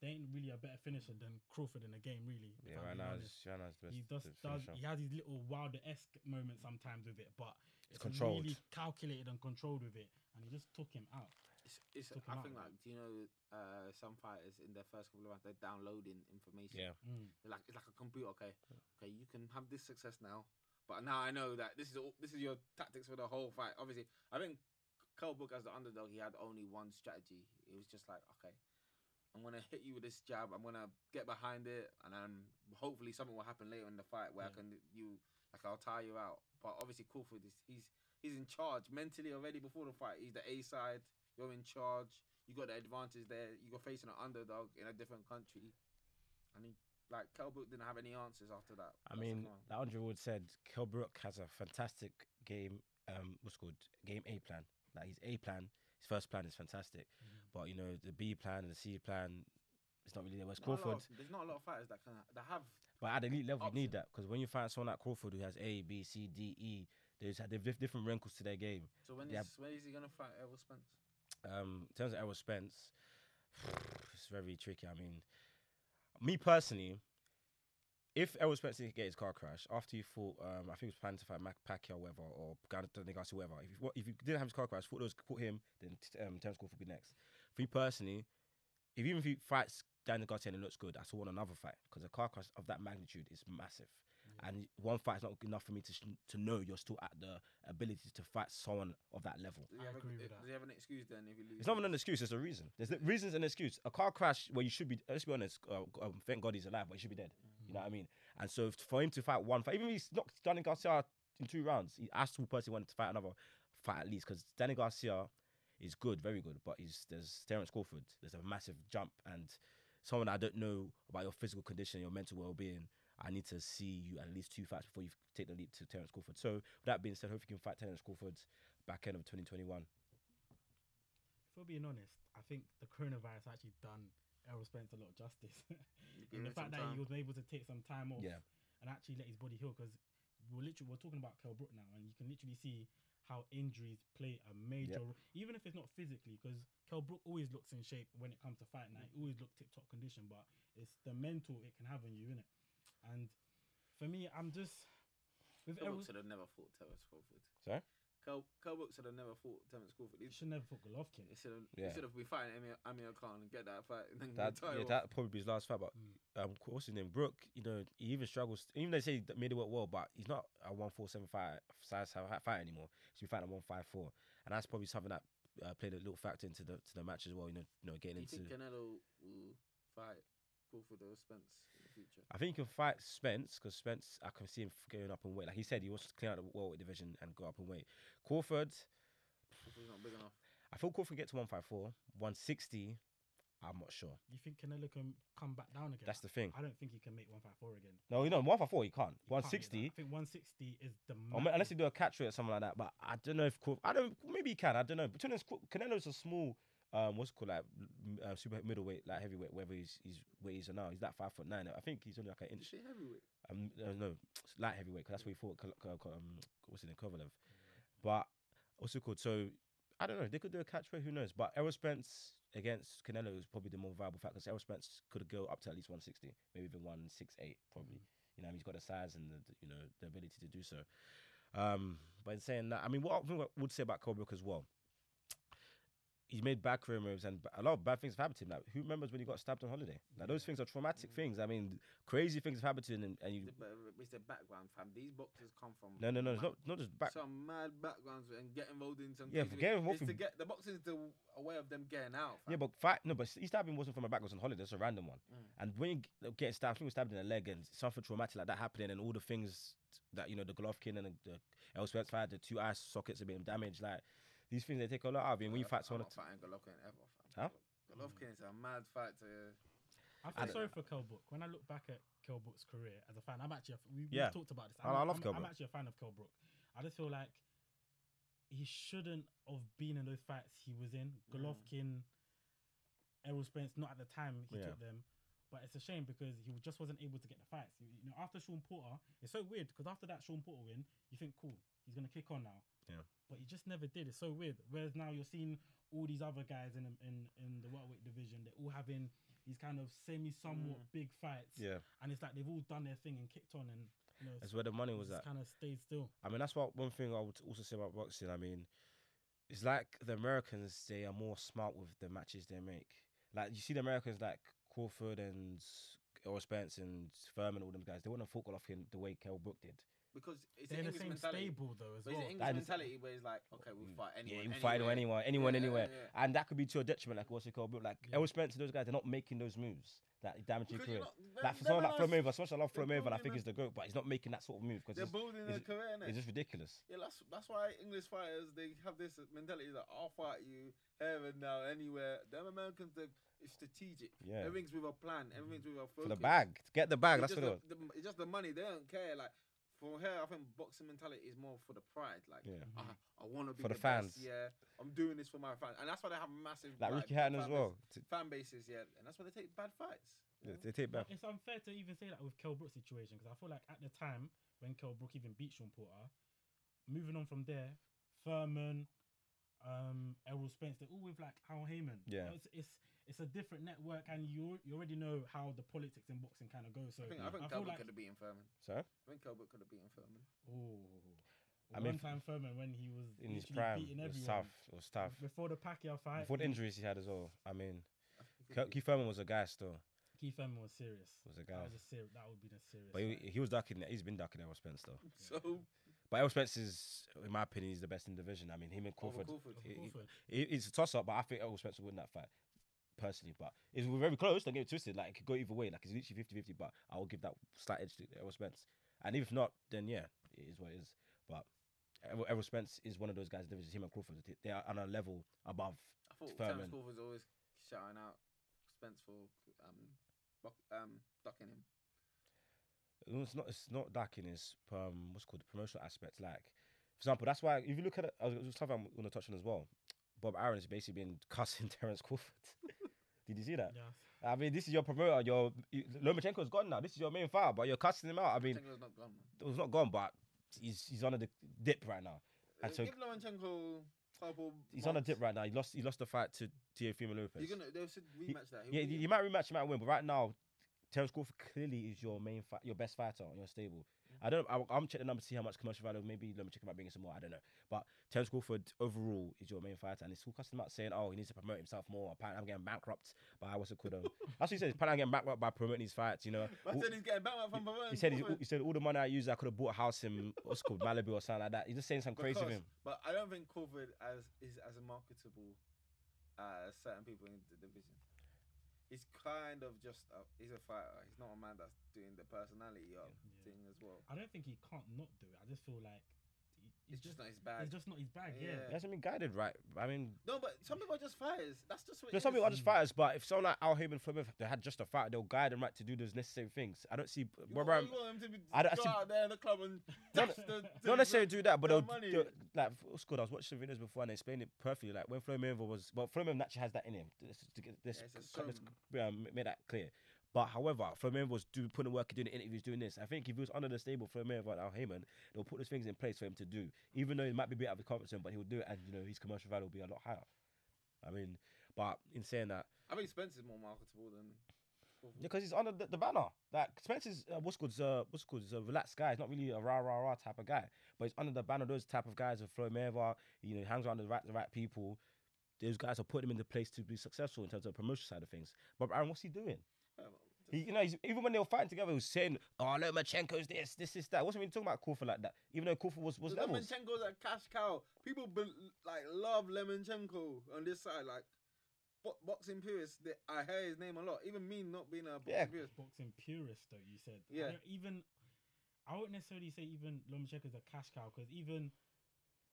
C: there ain't really a better finisher than Crawford in the game, really. if
B: Yeah, right
C: I'm being
B: now,
C: honest.
B: it's- right now it's best.
C: he does,
B: to
C: does
B: finish off.
C: he has his little Wilder esque moments sometimes with it, but it's,
B: controlled.
C: really calculated and controlled with it, and he just took him out.
A: It's, it's,
C: Took him
A: I
C: out
A: think,
C: of it.
A: like, do you know, uh, some fighters in their first couple of rounds, they're downloading information.
B: Yeah.
C: Mm.
A: They're Like, it's like a computer, okay? Okay, you can have this success now, but now I know that this is all, this is your tactics for the whole fight. Obviously, I think Cole Book as the underdog, he had only one strategy. It was just like, okay, I'm going to hit you with this jab, I'm going to get behind it, and then hopefully something will happen later in the fight where I
C: Yeah.
A: can, you, like, I'll tire you out. But obviously, Crawford, is, he's, he's in charge mentally already before the fight. He's the A side. You're in charge. You got the advantage there. You're facing an underdog in a different country, and he like Kelbrook didn't have any answers after that.
B: I
A: That's
B: mean,
A: the one.
B: that Andrew Wood said Kilbrook has a fantastic game. Um, what's it called game A plan. Like his A plan, his first plan is fantastic,
C: Mhm.
A: Mm-hmm.
B: but you know the B plan and the C plan, it's not really there. Whereas
A: Not a lot of-
B: Crawford,
A: there's not a lot of fighters that can that have.
B: but at elite level, you
A: option.
B: need that because when you find someone like Crawford who has A, B, C, D, E, there's they've diff- different wrinkles to their game.
A: So when is
B: Yeah.
A: when is he gonna fight Errol Spence?
B: Um, in terms of Errol Spence, it's very tricky. I mean, me personally, if Errol Spence didn't get his car crash after he fought, um, I think he was planning to fight Mac Pacquiao, or whatever, or Anthony Garcia, whatever. If you, wa- if you didn't have his car crash, thought it was caught him, then t- um, Terence Crawford would be next. For me personally, if even if he fights Daniel Garcia and it looks good, I still want another fight because a car crash of that magnitude is massive.
C: Yeah.
B: And one fight is not good enough for me to sh- to know you're still at the ability to fight someone of that level.
A: Does
C: I
A: he have a-
C: agree with
A: does
C: that.
A: he have an excuse then if he loses?
B: It's not even an excuse. It's a reason. There's the reasons and excuse. A car crash where you should be. Let's be honest. Uh, g- um, thank God he's alive, but he should be dead. You know what I mean? And so f- for him to fight one fight, even if he's knocked Danny Garcia in two rounds, he, I still personally wanted to fight another fight at least because Danny Garcia is good, very good, but he's there's Terence Crawford. There's a massive jump and someone I don't know about your physical condition, your mental well being. I need to see you at least two fights before you take the leap to Terence Crawford. So with that being said, hopefully you can fight Terence Crawford back end of 2021.
C: If we're being honest, I think the coronavirus actually done Errol Spence a lot of justice.
A: Give
C: in the
A: him some
C: fact that
A: time.
C: he was able to take some time off
B: Yeah.
C: and actually let his body heal because we're literally we're talking about Kell Brook now and you can literally see how injuries play a major ro- even if it's not physically because Kell Brook always looks in shape when it comes to fight night he always looked tip top condition but it's the mental it can have on you innit and for me I'm just with
A: Kell
C: Errol
A: Brook said I've never fought Terence Crawford.
B: Sorry?
A: Kel Kell Brook said I've never fought Terence Crawford. He,
C: you should never fuck Golovkin
A: he should have he
B: Yeah.
A: should have been fighting Amir, Amir Khan and get that fight and then
B: That
A: retire
B: yeah,
A: off.
B: that probably be his last fight. But
C: Mm.
B: um, qu- what's his name? Brooke. You know, he even struggles. Even they say he d- made it work well, but he's not a one four seven fight size ha- fight anymore. He's been fighting at one five four, and that's probably something that uh, played a little factor into the to the match as well. You know, you know,
A: Do
B: getting
A: you think
B: into.
A: Canelo will fight Crawford or Spence in the future?
B: I think he can fight Spence because Spence, I can see him f- going up in weight. Like he said, he wants to clean out the world division and go up in weight. Crawford,
A: Crawford's not big enough.
B: I feel Crawford can get to 154, 160. I'm not sure.
C: you think Canelo can come back down again
B: That's the thing.
C: I don't think he can make 154 again
B: No, you know, 154, he can't.
C: He can't make
B: 160,
C: that. I think 160 is the
B: Or ma-
C: max.
B: Oh, unless you do a catch rate or something like that. But I don't know if Crawf- I don't. Maybe he can. I don't know. But Tunis, Canelo's a small. Um, what's it called like m- uh, super middleweight, like heavyweight, whether he's he's where he's now. He's like five foot nine. I think he's only like an
A: Is
B: inch.
A: he heavyweight?
B: Um, uh, no, light heavyweight. 'cause that's where he fought. Kol- Kol- Kol- um, what's it name, Kovalev. But what's it called? So I don't know. They could do a catch rate. Who knows? But Errol Spence against Canelo is probably the more viable fact because Errol Spence could go up to at least one sixty, maybe even one six eight, probably. You know, what I mean, he's got the size and the the, you know the ability to do so. Um, but in saying that, I mean, what I think I would say about Cole Brook as well, he's made back room moves and a lot of bad things have happened to him. Like, who remembers when he got stabbed on holiday? Like, those things are traumatic things. I mean, crazy things have happened to him, and, and you.
A: It's the, ba- it's the background, fam. These boxers come from
B: No, no, no, it's not not just back.
A: some mad backgrounds and get involved in some.
B: Yeah,
A: crazy
B: but
A: way.
B: get involved
A: It's to
B: with-
A: get the boxing is the a way of them getting out.
B: Yeah,
A: fam.
B: but fight, no, but he stabbing wasn't from a back, it was on holiday. That's a random one.
A: Mm.
B: And when you g- like, get stabbed, he was stabbed in the leg and something traumatic like that happening, and all the things that you know the Golovkin and the, the elsewhere fight, the two eye sockets have been damaged. Like these things, they take a lot out of you. And when you
A: Uh, I'm
B: fight someone,
A: not fighting Golovkin ever, fam.
B: Huh?
A: Golovkin is a mad fighter.
C: I
B: I
C: feel
B: don't
C: sorry for Kell Brook. When I look back at Kell Brook's career as a fan, I'm actually a, f- we,
B: Yeah.
C: we've talked about this.
B: I-
C: I'm,
B: I love
C: I'm,
B: Kell
C: I'm
B: Brook.
C: actually a fan of Kell Brook. I just feel like he shouldn't have been in those
B: Mm.
C: fights he was in. Golovkin, Errol Spence, not at the time he
B: Yeah.
C: took them. But it's a shame because he just wasn't able to get the fights. You, you know, after Sean Porter, it's so weird because after that Sean Porter win, you think, cool, he's gonna kick on now.
B: Yeah.
C: But he just never did. It's so weird. Whereas now you're seeing all these other guys in in in the welterweight division. They're all having these kind of semi somewhat
A: Mm.
C: big fights.
B: Yeah,
C: And it's like they've all done their thing and kicked on and you know
B: that's where the money was
C: just
B: at.
C: kind of stayed still.
B: I mean, that's what one thing I would also say about boxing. I mean, it's like the Americans; they are more smart with the matches they make. Like you see the Americans, like Crawford and Errol Spence and Furman, all them guys. They wouldn't have fought Golovkin the way Kell Brook did.
A: because it's
C: They're
A: an
C: in the
A: English
C: same
A: mentality.
C: stable though as
A: But it's
C: well.
A: an English
B: That is-
A: mentality where it's like, okay, we'll
B: Mm.
A: fight anyone.
B: yeah, you can fight anyone, anyone,
A: Yeah,
B: anywhere,
A: yeah.
B: and that could be to your detriment. Like also Kell Brook, like
C: Yeah.
B: Errol Spence and those guys, they're not making those moves that damage your
A: Because you're
B: career.
A: not-
B: Like for
A: they're
B: someone like
A: not-
B: Flo Mova, as much as I love Flo
A: they're
B: Mova, and I
A: building
B: think
A: a-
B: he's the goat, but he's not making that sort of move because
A: They're
B: it's,
A: building their
B: it's-
A: career, innit?
B: it's just ridiculous.
A: Yeah, that's that's why English fighters they have this mentality that I'll fight you here and now, anywhere. Them Americans, they it's strategic.
B: Yeah.
A: Everything's with a plan. Everything's with a focus.
B: For the bag, get the bag.
A: It's
B: That's what
A: just
B: it was.
A: the, the- it's just the money. They don't care. Like for her, I think boxing mentality is more for the pride. Like
B: Yeah.
A: I, I want to be
B: For the
A: the best,
B: fans.
A: Yeah, I'm doing this for my fans, and that's why they have massive
B: Like
A: like,
B: Ricky Hatton
A: fan
B: as
A: base-
B: well. T-
A: Fan bases, yeah, and that's why they take bad fights. you
B: They,
A: know?
B: they take back.
C: But it's unfair to even say that with Kell Brook's situation because I feel like at the time when Kell Brook even beat Sean Porter, moving on from there, Furman, um, Errol Spence, they're all with like Al Heyman.
B: Yeah.
C: it's, it's it's a different network, and you you already know how the politics in boxing kind of goes. So
A: I think I think
C: feel
A: Calvert
C: like
A: could have beaten Furman.
B: So
A: I think Calvert could have beaten Furman.
C: oh,
B: I mean,
C: one time Furman when he was
B: in his
C: literally
B: prime,
C: beating
B: it was
C: everyone
B: tough. It was tough.
C: before the Pacquiao fight.
B: Before the injuries he had as well. I mean,
A: I think he
B: Ke-
A: could-
B: Keith Thurman was a guy still.
C: Keith Furman was serious.
B: Was a
C: That
B: guy.
C: was a serious. That would be the serious.
B: But he,
C: fight.
B: he was darker than He's been darker than Errol Spence though.
C: Mm.
A: So
B: But Errol Spence is, in my opinion, he's the best in the division. I mean, him and
A: Over
B: Crawford.
A: Crawford.
C: Of
B: he- he-
C: Crawford.
B: It, it's a toss up, but I think Errol Spence will win that fight personally. But it's very close. Don't get it twisted. Like it could go either way. Like it's literally 50 50, but I will give that slight edge to Errol Spence. And if not, then yeah, it is what it is. But Errol, Errol Spence is one of those guys. There is him and Crawford. they- They are on a level above.
A: I thought
B: Furman.
A: Terence Crawford was always shouting out Spence for um, buck, um, ducking him.
B: No, It's not. It's not lacking. It's um, what's called the promotional aspect. Like, for example, that's why if you look at it, I was there's something I'm going to touch on as well. Bob Aaron's basically been cussing Terence Crawford. Did you see that?
C: Yeah.
B: I mean, this is your promoter. Your you- Lomachenko's gone now. This is your main fighter, but you're cussing him out. I mean,
A: Lomachenko's not gone. man.
B: it was not gone, but he's he's on a di- dip right now. And
A: Uh,
B: so-
A: give Lomachenko a couple.
B: He's on a
A: months.
B: dip right now. He lost he lost the fight to Teofimo Lopez.
A: You're gonna they should rematch that. He'll
B: yeah,
A: beat
B: you,
A: him.
B: you might rematch, you might win, but right now, Terence Crawford clearly is your main, fi- your best fighter on your stable.
A: Mm.
B: I don't. I, I'm checking the number to see how much commercial value. Maybe let me check about bringing some more. I don't know. But Terence Crawford overall is your main fighter, and it's all custom out saying, "Oh, he needs to promote himself more." Apparently, I'm getting bankrupt by what's it called? Um, that's what he said. Apparently, I'm getting bankrupt by promoting these fights. You know,
A: But
B: All-
A: then he's getting back from
B: he said he's, he said all the money I used, I could have bought a house in what's it called Malibu or something like that. He's just saying something crazy of him.
A: But I don't think Crawford as is as marketable as certain people in the division. He's kind of just a, he's a fighter. He's not a man that's doing the personality of
C: Yeah.
A: thing as well.
C: I don't think he can't not do it. I just feel like he,
A: It's just
C: he's just,
A: not his bag.
C: it's just not his bag. Yeah.
B: He hasn't been guided right. I mean,
A: No, but some people are just fighters. That's just what.
B: There's
A: it
B: some people
A: is.
B: are just fighters, but if someone like Al Heyman, Flemeth, they had just a fight, they'll guide them right to do those necessary things. I don't see
A: You
B: Bob
A: want,
B: Arum.
A: you want him to be
B: I don't- I
A: go
B: see-
A: out there in the club and
B: Don't-
A: dash the,
B: Don't necessarily do that, but
A: their
B: they'll,
A: money.
B: they'll like what's good. I was watching some videos before and they explained it perfectly. Like when Flo Mayweather was, well, Flo Mayweather naturally has that in him. Let's, to get- let's,
A: Yeah, it's a
B: cut- let's,
A: certain-
B: um, make that clear. But however, Flo Mayweather was doing putting work, doing interviews, doing this. I think if he was under the stable, Flo Mayweather and Al Heyman, they'll put those things in place for him to do. Even though he might be a bit out of his comfort zone, but he'll do it, and you know his commercial value will be a lot higher. I mean, but in saying that,
A: I think Spence is more marketable than. Crawford.
B: because he's under the, the banner. Like Spence is uh, what's called uh, what's called is a relaxed guy. He's not really a rah rah rah type of guy, but he's under the banner. of Those type of guys with Floyd Mayweather, you know, he hangs around the right the right people. Those guys are putting him into place to be successful in terms of the promotion side of things. But Aaron, what's he doing?
A: Yeah,
B: He, you know, he's, even when they were fighting together, he was saying, "Oh, Lomachenko's this, this, this, that." Wasn't really talking about Crawford like that. Even though Crawford was was
A: So
B: levels.
A: Lemonchenko's a cash cow. People be- like love Lemonchenko on this side. Like bo- boxing purists, they- I hear his name a lot. Even me not being a boxing
B: Yeah.
A: purist.
C: Boxing purist, though you said. I
A: Yeah.
C: don't even I wouldn't necessarily say even Lomachenko's a cash cow because even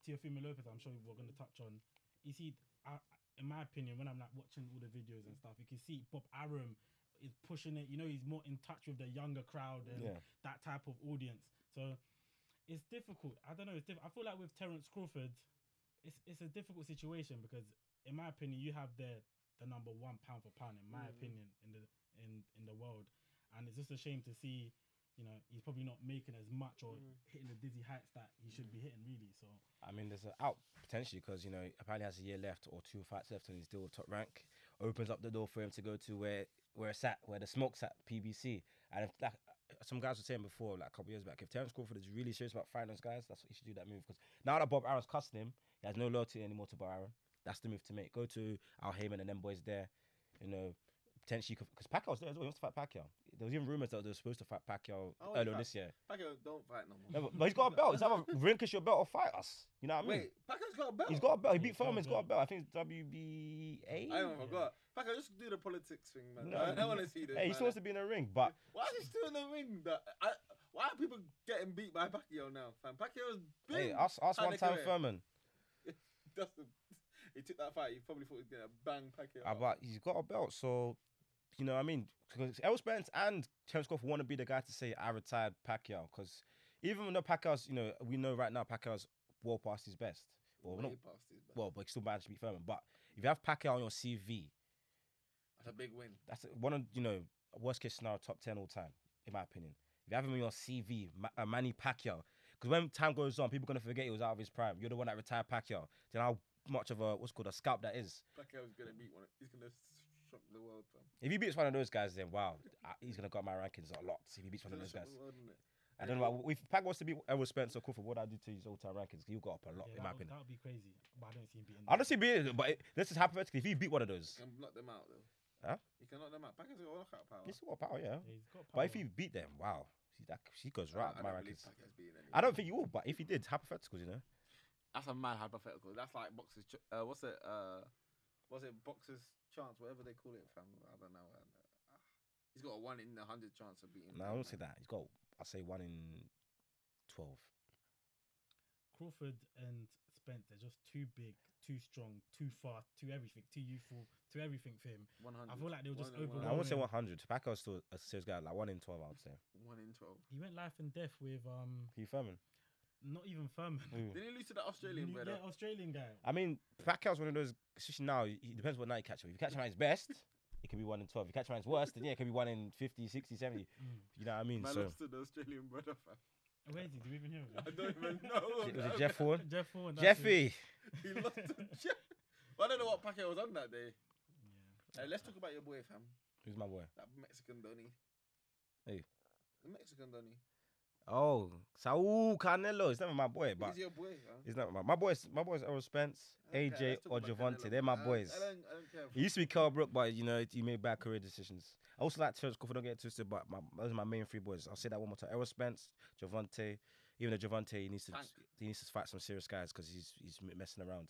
C: Teofimo Lopez, I'm sure we're going to touch on. You see, I, in my opinion, when I'm like watching all the videos and stuff, you can see Bob Arum is pushing it. You know, he's more in touch with the younger crowd and
B: Yeah.
C: that type of audience. So it's difficult. I don't know. It's diff- I feel like with Terence Crawford, it's it's a difficult situation because, in my opinion, you have the the number one pound for pound, in my
A: Mhm.
C: opinion, in the in in the world. And it's just a shame to see, you know, he's probably not making as much or
A: Mhm.
C: hitting the dizzy heights that he should be hitting, really. So
B: I mean, there's an out potentially because you know apparently has a year left or two fights left on his deal with top rank. Opens up the door for him to go to where where it's at, where the smoke's at, PBC. And if that, some guys were saying before, like a couple years back, if Terence Crawford is really serious about finance, guys, that's what he should do that move because now that Bob Aaron's cussed him, he has no loyalty anymore to Bob Aaron. That's the move to make. Go to Al Heyman and them boys there, you know. Potentially, because Pacquiao's there as well. He wants to fight Pacquiao. There was even rumors that they were supposed to fight Pacquiao
A: Oh, he
B: earlier
A: fight-
B: this year.
A: Pacquiao don't fight no
B: No,
A: more.
B: but, but he's got a belt. He's either relinquish your belt or fight us. You know what I mean?
A: Wait, Pacquiao's got a belt.
B: He's got a belt. He
C: Yeah,
B: beat
C: he's got a
B: Furman. He's got a
C: belt.
B: belt. I think it's WBA.
A: I even
C: Yeah.
A: forgot. Pacquiao, just do the politics thing, man.
B: No,
A: I,
B: he-
A: want to see this.
B: Hey, he's
A: man.
B: supposed to be in the ring, but
A: Why is he still in the ring? That I, why are people getting beat by Pacquiao now, fam? Pacquiao's been.
B: hey, ask, ask
A: How
B: one
A: they
B: time
A: do it?
B: Furman.
A: That's the, he took that fight. He probably thought he was gonna bang Pacquiao.
B: Uh, But he's got a belt, so you know what I mean. Because El Spence and Terence Crawford want to be the guy to say I retired Pacquiao, because even though Pacquiao's, you know, we know right now Pacquiao's well past his best. Well,
A: Way
B: not,
A: past his best.
B: well, but he still managed to beat Furman. But if you have Pacquiao on your CV,
A: that's a big win.
B: that's one of you know worst case scenario top ten all time in my opinion. If you have him on your CV, Ma- uh, Manny Pacquiao, because when time goes on, people are gonna forget he was out of his prime. You're the one that retired Pacquiao. Then how much of a what's called a scalp that is.
A: Pacquiao's gonna beat one. He's gonna shock the world, fam.
B: If he beats one of those guys, then wow, I- he's gonna go up my rankings a lot. If he beats
A: He's
B: one of
A: gonna
B: those
A: shock
B: guys,
A: the world, innit?
B: I don't know. If Pac wants to beat Errol Spence or Crawford, what I do to his all-time rankings, he'll go up a lot in
C: yeah, that
B: my
C: would-
B: opinion.
C: that would be crazy. But I don't see him beating.
B: I don't see being, but it, this is hypothetically. If he beat one of those,
A: He can knock them out though.
B: Huh?
A: He can knock them out. Pacquiao's got knockout power.
B: he's got power, yeah.
C: Yeah, he's got
B: But if
C: power.
B: he beat them, wow, she, that, she goes
A: I
B: right
A: don't- I
B: up my
A: don't believe
B: rankings.
A: Pacquiao's beating anyone.
B: I don't think you will, but if he did, hypotheticals, you know.
A: That's a mad hypothetical. That's like boxers. Ch- uh, what's it? Uh, what's it? Boxers chance, whatever they call it, fam. I don't know. I don't know. Ah, He's got a one in a hundred chance of beating.
B: No, I
A: Pacquiao,
B: won't say
A: man.
B: that. He's got, I say one in twelve.
C: Crawford and Spence, they're just too big, too strong, too fast, too everything, too youthful, too everything for him.
A: One hundred.
C: I feel like they were just
A: One in
B: No,
A: one.
B: I won't say
C: Overwhelming.
B: one hundred. Pacquiao's still a serious guy, like one in twelve. I would say.
A: One in twelve.
C: He went life and death with um,
B: Hugh Furman.
C: not even Furman.
B: Ooh.
A: Didn't he lose to that Australian
C: yeah,
A: brother?
C: Australian guy.
B: I mean, Pacquiao's one of those. Especially now, it depends what night you catch him. If you catch him at his best, it could be one in twelve. If you catch him at his worst, then yeah, it could be one in 50, 60, 70.
C: Mm.
B: You know what I mean?
A: Man
B: so
A: lost to the Australian brother, fam.
C: Where is he? Do we even hear of him?
A: I don't even know.
B: Je- was it Jeff Horn?
C: Jeff Horn. that's it.
B: Jeffy.
A: he lost to Jeff. I don't know what Pacquiao was on that day.
C: Yeah.
A: Hey, let's talk about your boy, fam.
B: Who's my boy?
A: That Mexican Donny.
B: Hey.
A: The Mexican Donny.
B: Oh, Saul Canelo. He's never my boy, but
A: He's your boy, fam.
B: he's not my my boys. My boys, Errol Spence,
A: Okay,
B: AJ,
A: let's talk
B: or
A: about
B: Javante.
A: Canelo. Uh,
B: They're my
A: I don't-
B: boys.
A: I don't, I don't care.
B: He used to be Carl Brook, but you know he made bad career decisions. I also like Terence Crawford. Don't get it twisted, but my, those are my main three boys. I'll say that one more time: Errol Spence, Javante. Even though Javante, he needs to
A: Tank.
B: he needs to fight some serious guys because he's he's m- messing around.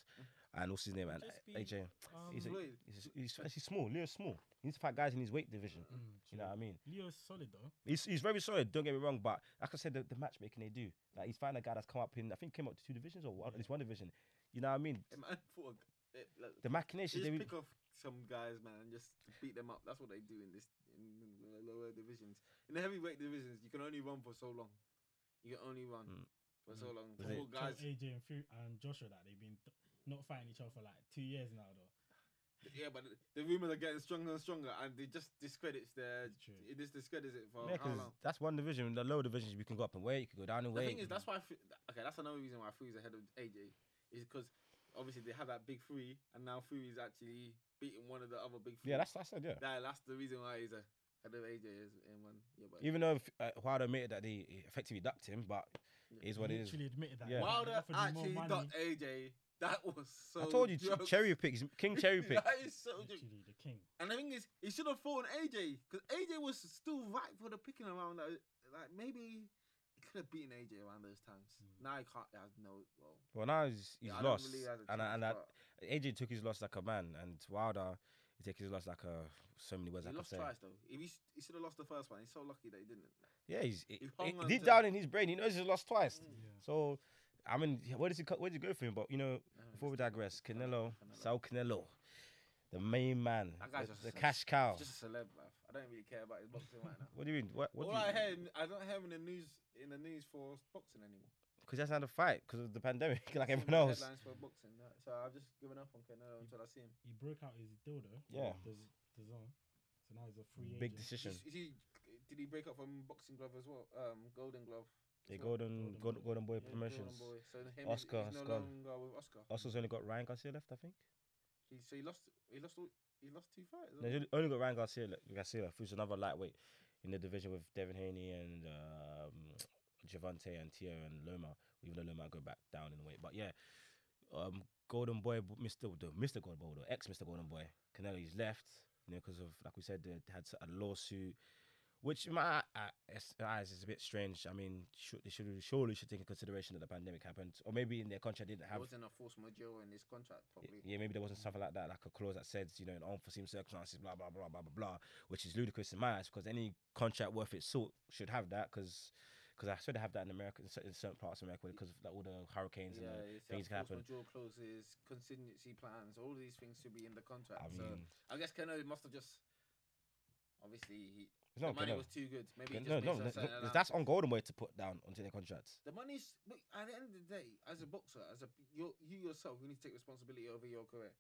B: And what's his name? And
C: Mm. Just be,
B: AJ.
C: um,
B: He's, a,
A: Floyd.
B: he's, he's actually small. Leo's small. He needs to fight guys in his weight division.
C: Mm,
B: You know
C: true.
B: what I mean?
C: Leo's solid though.
B: He's, he's very solid. Don't get me wrong, but like I said, the, the matchmaking they do. Like he's found a guy that's come up in I think came up to two divisions or one, at least one division. You know what I mean?
A: Hey, man, for a- eh, like, They
B: The machinations.
A: just
B: They,
A: pick off some guys, man, and just beat them up. That's what they do in this in the lower divisions. In the heavyweight divisions, you can only run for so long. You can only run
B: Mm.
A: for
C: Mm.
A: so long.
B: Was
A: Four
B: it-
A: guys.
C: Tell AJ and, Fu- and Joshua that they've been th- not fighting each other for like two years now though.
A: Yeah, but the- the rumors are getting stronger and stronger, and it just discredits their.
C: It's true.
A: It just discredits it for
B: yeah,
A: how
B: because
A: long.
B: that's one division. The lower divisions, you can go up and weight, you can go down and
A: The
B: weight.
A: thing is, that's why. I feel, okay, that's another reason why Fury's ahead of AJ is because obviously they have that big three, and now Fury's actually beating one of the other big three.
B: Yeah, that's that's it. Yeah.
A: that, that's the reason why he's ahead of AJ is in one. Yeah, but
B: Even though if, uh, Wilder admitted that they effectively ducked him, but it is what it is.
C: Literally admitted that.
B: Yeah.
C: They
A: Wilder
C: offered him more
A: actually
C: money.
A: ducked AJ. That was so.
B: I told you, ch-
A: joke.
B: cherry picks, King cherry pick.
A: that is so. Joke.
C: Literally the king.
A: And the thing is, he should have fought AJ because AJ was still right for the picking around. Like, like maybe he could have beaten AJ around those times.
C: Mm.
A: Now he can't. He has no. Well,
B: Well, now he's, he's
A: yeah, I don't
B: lost,
A: believe he has a
B: and I,
A: chance,
B: and I,
A: but
B: AJ took his loss like a man, and Wilder he took his loss like a so many words
A: he
B: I could
A: lost
B: say.
A: twice though. If he, sh- he should have lost the first one. He's so lucky that he didn't.
B: Yeah, he's he,
A: hung
B: he-
A: on
B: deep
A: to-
B: down in his brain, he knows he's lost twice.
A: Mm.
C: Yeah.
B: So, I mean, where does he co- where does he go for him? But you
A: I
B: know,
A: don't
B: before we
A: understand.
B: digress,
A: Canelo,
B: Canelo,
A: Canelo.
B: Sal Canelo, the main man,
A: That guy's
B: the,
A: just
B: the
A: a-
B: cash cow.
A: Just a celeb, bruv. I don't really care about his boxing right now.
B: What do you mean? What, what
A: All
B: do you,
A: I hear, I don't hear him in the news in the news for boxing anymore.
B: because he hasn't had a fight because of the pandemic, like
A: Seen
B: everyone
A: the
B: else.
A: Headlines for boxing, yeah. so I've just given up on Canelo until I see him.
C: He broke out his dildo.
B: Yeah.
C: The, the zone. So now he's a free
B: Big
C: agent.
B: decision.
A: Is, is he, did he break up from boxing glove as well? Um, golden glove.
B: Yeah,
A: It's not-
B: Golden, Golden, Golden
C: Golden Boy.
B: Boy
A: yeah, Golden
B: promotions.
A: Boy. So him is-
B: Oscar
A: he's no
B: has gone.
A: longer with Oscar.
B: Oscar's only got Ryan Garcia left, I think.
A: He, so he lost. He lost. All, he lost two fights.
B: No, he's only got Ryan Garcia, le- Garcia left, who's another lightweight in the division with Devin Haney and um, Javante and Tio and Loma. Even though Loma go back down in weight, but yeah, um, Golden Boy, b- Mr. the Mr. Golden Boy, ex Mr. Golden Boy, Canelo, he's left, you know, because of like we said, they had s- a lawsuit. Which in my eye- it's- eyes is a bit strange. I mean, should, they should surely should take in consideration that the pandemic happened, or maybe in their contract didn't
A: There
B: have
A: wasn't a force majeure in his contract,
B: Y-
A: probably.
B: Yeah, maybe there wasn't something like that, like a clause that said, you know, in unforeseen circumstances, blah blah blah blah blah blah, which is ludicrous in my eyes because any contract worth its salt should have that because because I swear they have that in America in cer- in certain parts of America because like all the hurricanes
A: Yeah,
B: and
A: it's
B: things
A: things
B: can
A: force
B: happen.
A: majeure clauses, contingency plans, all these things should be in the
B: the,
A: contract.
B: I mean,
A: so I guess Canelo must have just. Obviously, he,
B: it's not
A: the money
B: Canelo.
A: was too good. Maybe he
B: Can-
A: just
B: no,
A: no,
B: no, no, no, that's on Golden Boy to put down onto their contracts.
A: The money's look, at the end of the day, as a boxer, as a you you yourself, you need to take responsibility over your career.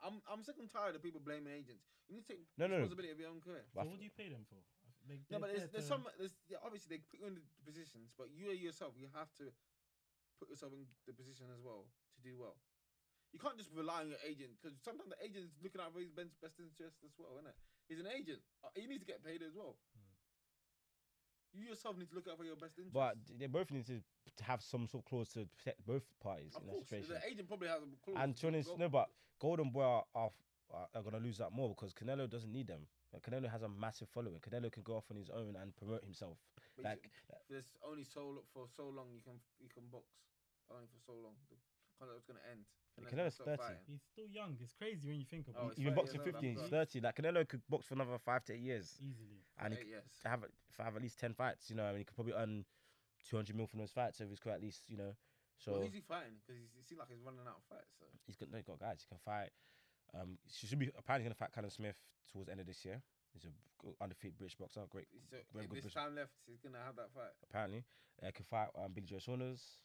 A: I'm I'm sick and tired of people blaming agents. You need to take
B: No, no, no.
A: responsibility of your own career.
B: But I
C: So
B: th-
C: what do you pay them for? They,
A: No,
C: they're
A: but there's,
C: there
A: there's
C: to-
A: some there's yeah, obviously they put you in the positions, but you yourself you have to put yourself in the position as well to do well. You can't just rely on your agent because sometimes the agent's looking out for his best best interest as well, isn't it? He's an agent. Uh, He needs to get paid as well.
C: Mm.
A: You yourself need to look out for your best interest.
B: Hmm. But d- they both need to to have some sort of clause to protect both parties
A: of
B: in that
A: course,
B: situation.
A: the agent probably has a clause.
B: And to be honest,
A: Go-
B: no, but Golden Boy are, are, are going to lose that more because Canelo doesn't need them. Like, Canelo has a massive following. Canelo can go off on his own and promote himself.
A: but you-
B: Like,
A: there's only so lo- for so long you can you can box. Only for so long. The contract's gonna end. gonna
B: Yeah, Canelo's
A: stop
B: 30.
A: fighting.
C: He's still young. It's crazy when you think
A: Oh,
C: about
A: it's
C: it.
B: even
A: fair,
B: boxing
A: yeah, no,
B: 50, he's
A: that's
B: 30. Like, Canelo could box for another five to eight years.
C: Easily.
B: And he
A: Eight years.
B: could have, if have at least 10 fights, you know, and he could probably earn 200 mil from those fights if he's got at least, you know. So
A: Well, who's he fighting? Because he seems like he's running out of fights. So.
B: he's got, no, he's got guys. He can fight. Um, she should be apparently going to fight Callum Smith towards the end of this year. He's a good undefeated British boxer. Great,
A: So
B: Very
A: if
B: good
A: there's
B: position.
A: time left, he's gonna have that fight.
B: apparently. Uh, could fight um, Billy Joe Saunders.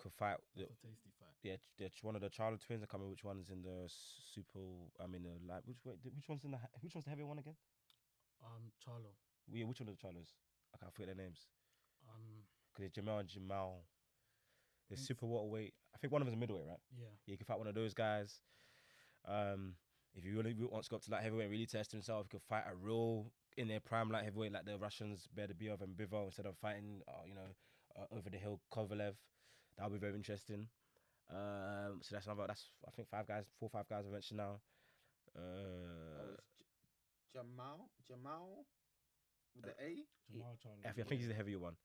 B: Could fight the
C: That's a tasty fight.
B: yeah, ch- the, ch- one of the Charlotte twins. I can't remember which one's in the s- super. I mean, the light. Which way, which one's in the? he- Which one's the heavy one again?
C: Um, Charlo.
B: Yeah, which one of the Charlottes? I can't forget their names.
C: Um,
B: Cause it's Jamal and Jamal. The
C: Think-
B: super waterweight. I think one of them's a middleweight, right?
C: yeah.
B: Yeah, you can fight one of those guys. Um, if you really want to go up to light heavyweight, and really test himself, you could fight a real in their prime light heavyweight like the Russians, Berdebiov and Bivol, instead of fighting, uh, you know, uh, over the hill Kovalev. That would be very interesting. Um, so that's another. That's I think five guys, four or five guys I mentioned now.
A: oh,
B: Uh,
A: it's J- Jamal, Jamal, with
B: uh,
A: the A.
C: Jamal Charlo.
B: I think, I think he's the heavier one.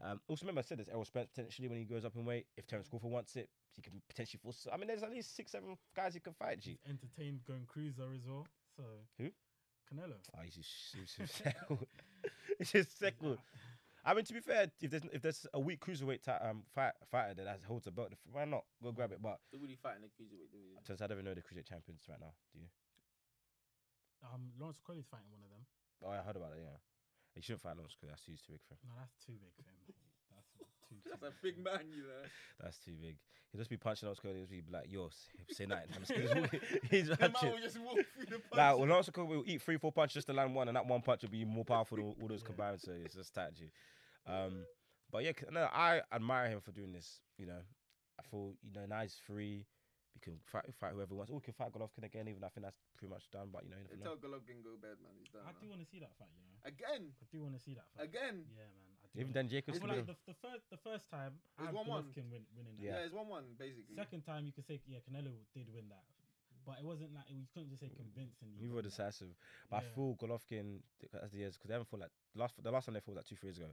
B: Um, also, remember I said there's Errol Spence potentially when he goes up in weight. If Terence Crawford wants it, he can potentially force. I mean, there's at least six, seven guys he can fight. G.
C: He's entertained going cruiser as well. So
B: Who?
C: Canelo.
B: Oh, he's just, he's just settled. he's just settled. I mean, to be fair, if there's if there's a weak cruiserweight ti- um, fight, fighter that has, holds a belt, if- why not go grab it? But
A: Who would he fight in the cruiserweight division?
B: since I don't even know the cruiserweight champions right now, do you?
C: Um, Lawrence Colley's fighting one of them.
B: Oh, I heard about it. Yeah, he shouldn't fight Lawrence because that's too too big for him.
C: No, that's too big for him. mate. That's too. too
A: That's a
C: big
A: big
C: for him.
A: man, you know.
B: That's too big. He'll just be punching Lawrence Cody. He'll just be like, "Yo, s- say nothing." I'm just gonna walk- he's
A: The man will
B: punching.
A: just walk through the punch.
B: Like, well, Lawrence Cody will eat three, four punches just to land one, and that one punch will be more powerful than all all those
C: Yeah.
B: combined. So it's just that, G. Um, but yeah, c- no, I admire him for doing this. You know, I feel you know now he's free. He can fight, fight whoever he wants. Or he can fight Golovkin again. Even I think that's pretty much done. But you know, you never know.
A: Tell Golovkin go bed, man. He's done.
C: I
A: man.
C: do want to see that fight. You know,
A: Again,
C: I do want to see that fight.
A: again.
C: Yeah, man. I do
B: even Dan
C: wanna-
B: Jacobs.
C: I
A: It's
B: Can
A: gonna-
C: feel
B: do.
C: like the, the first the first time I
A: It's
C: had
A: 1-1.
C: Golovkin win, winning that.
A: Yeah.
B: Yeah.
A: it's one-one basically.
C: Second time you could say yeah, Canelo did win that, but it wasn't like you couldn't just say convincingly.
B: You were
C: won that.
B: decisive. But I
C: Yeah.
B: feel Golovkin th- as the years because they haven't fought like last the last time they fought was like two three years ago.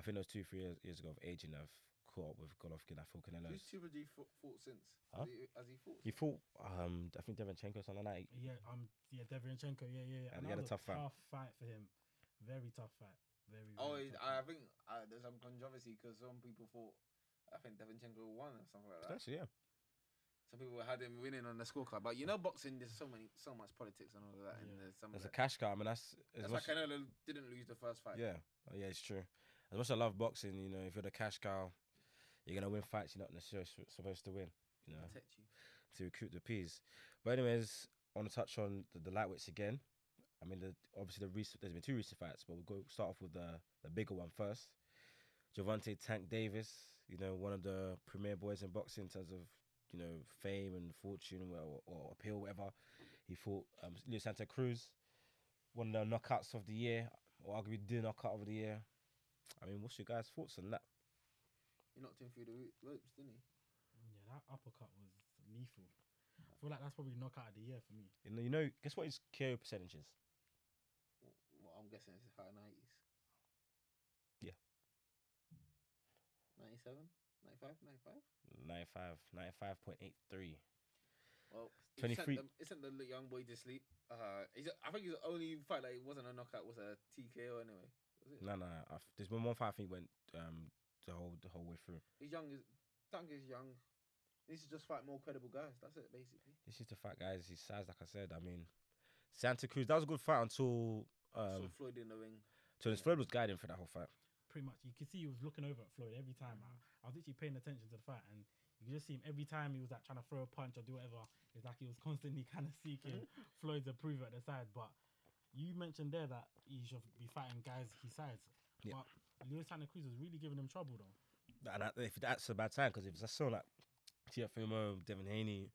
B: I think those two three years, years ago of aging have caught up with Golovkin. I feel Canelo's.
A: Who's Super G fought, fought since?
B: Huh?
A: Has, he, has he fought?
B: He fought um I think Devonchenko or something like that. He-
C: Yeah, um, yeah, Deverenchenko, yeah, yeah, yeah.
B: And he had a
C: that was
B: tough fight.
C: Tough fight for him, very tough fight, very.
A: Oh,
C: very
A: he-
C: tough
A: I
C: fight.
A: think uh, there's some controversy because some people thought I think Devinchenko won or something like that.
B: Potentially, yeah.
A: Some people had him winning on the scorecard, but you know, boxing there's so many, so much politics and all of that,
C: Yeah.
A: and there's some. of
B: There's a
A: that.
B: cash cow. I mean, that's
A: That's
B: as
A: why
B: much,
A: Canelo didn't lose the first fight.
B: yeah, Oh, yeah, it's true. As much as I love boxing, you know, if you're the cash cow, You're gonna win fights you're not necessarily su- supposed to win. You know,
A: protect you.
B: to recruit the peas. But anyways, I want to touch on the, the lightweights again. I mean, the, obviously the recent there's been two recent fights, but we'll go start off with the the bigger one first. Javante Tank Davis, you know, one of the premier boys in boxing in terms of you know fame and fortune or, or appeal, whatever. He fought um, Leo Santa Cruz, one of the knockouts of the year, or arguably the knockout of the year. I mean, what's your guys' thoughts on that?
A: He knocked him through the ro- ropes, didn't he?
C: Yeah, that uppercut was lethal. I feel like that's probably knockout of the year for me.
B: You know, you know guess what his KO percentage is?
A: Well, I'm guessing it's high nineties.
B: Yeah.
A: 97, 95, 95?
B: 95, 95.83.
A: Well, he Sent
B: 23.
A: the, he sent the li- young boy to sleep. Uh, he's, I think his only fight that it wasn't a knockout was a TKO anyway. Was it?
B: No, no. I've, there's been one fight I think went um, the whole the whole way through.
A: He's young. Is, Tank is young. He needs to just fight more credible guys. That's it, basically.
B: This is the fact, guys. His size, like I said. I mean, Santa Cruz. That was a good fight
A: so
B: until um,
A: Floyd in the ring.
B: so his Floyd was guiding for that whole fight.
C: Pretty much, you could see he was looking over at Floyd every time.
A: Mm.
C: I, I was literally paying attention to the fight, and you could just see him every time he was like trying to throw a punch or do whatever. It's like he was constantly kind of seeking Floyd's approval at the side. But you mentioned there that he should be fighting guys his size.
B: Yeah.
C: But Leo Santa Cruz was really giving him trouble though.
B: And that, if that's a bad time, because if it's someone like Tiafimo, Devin Haney,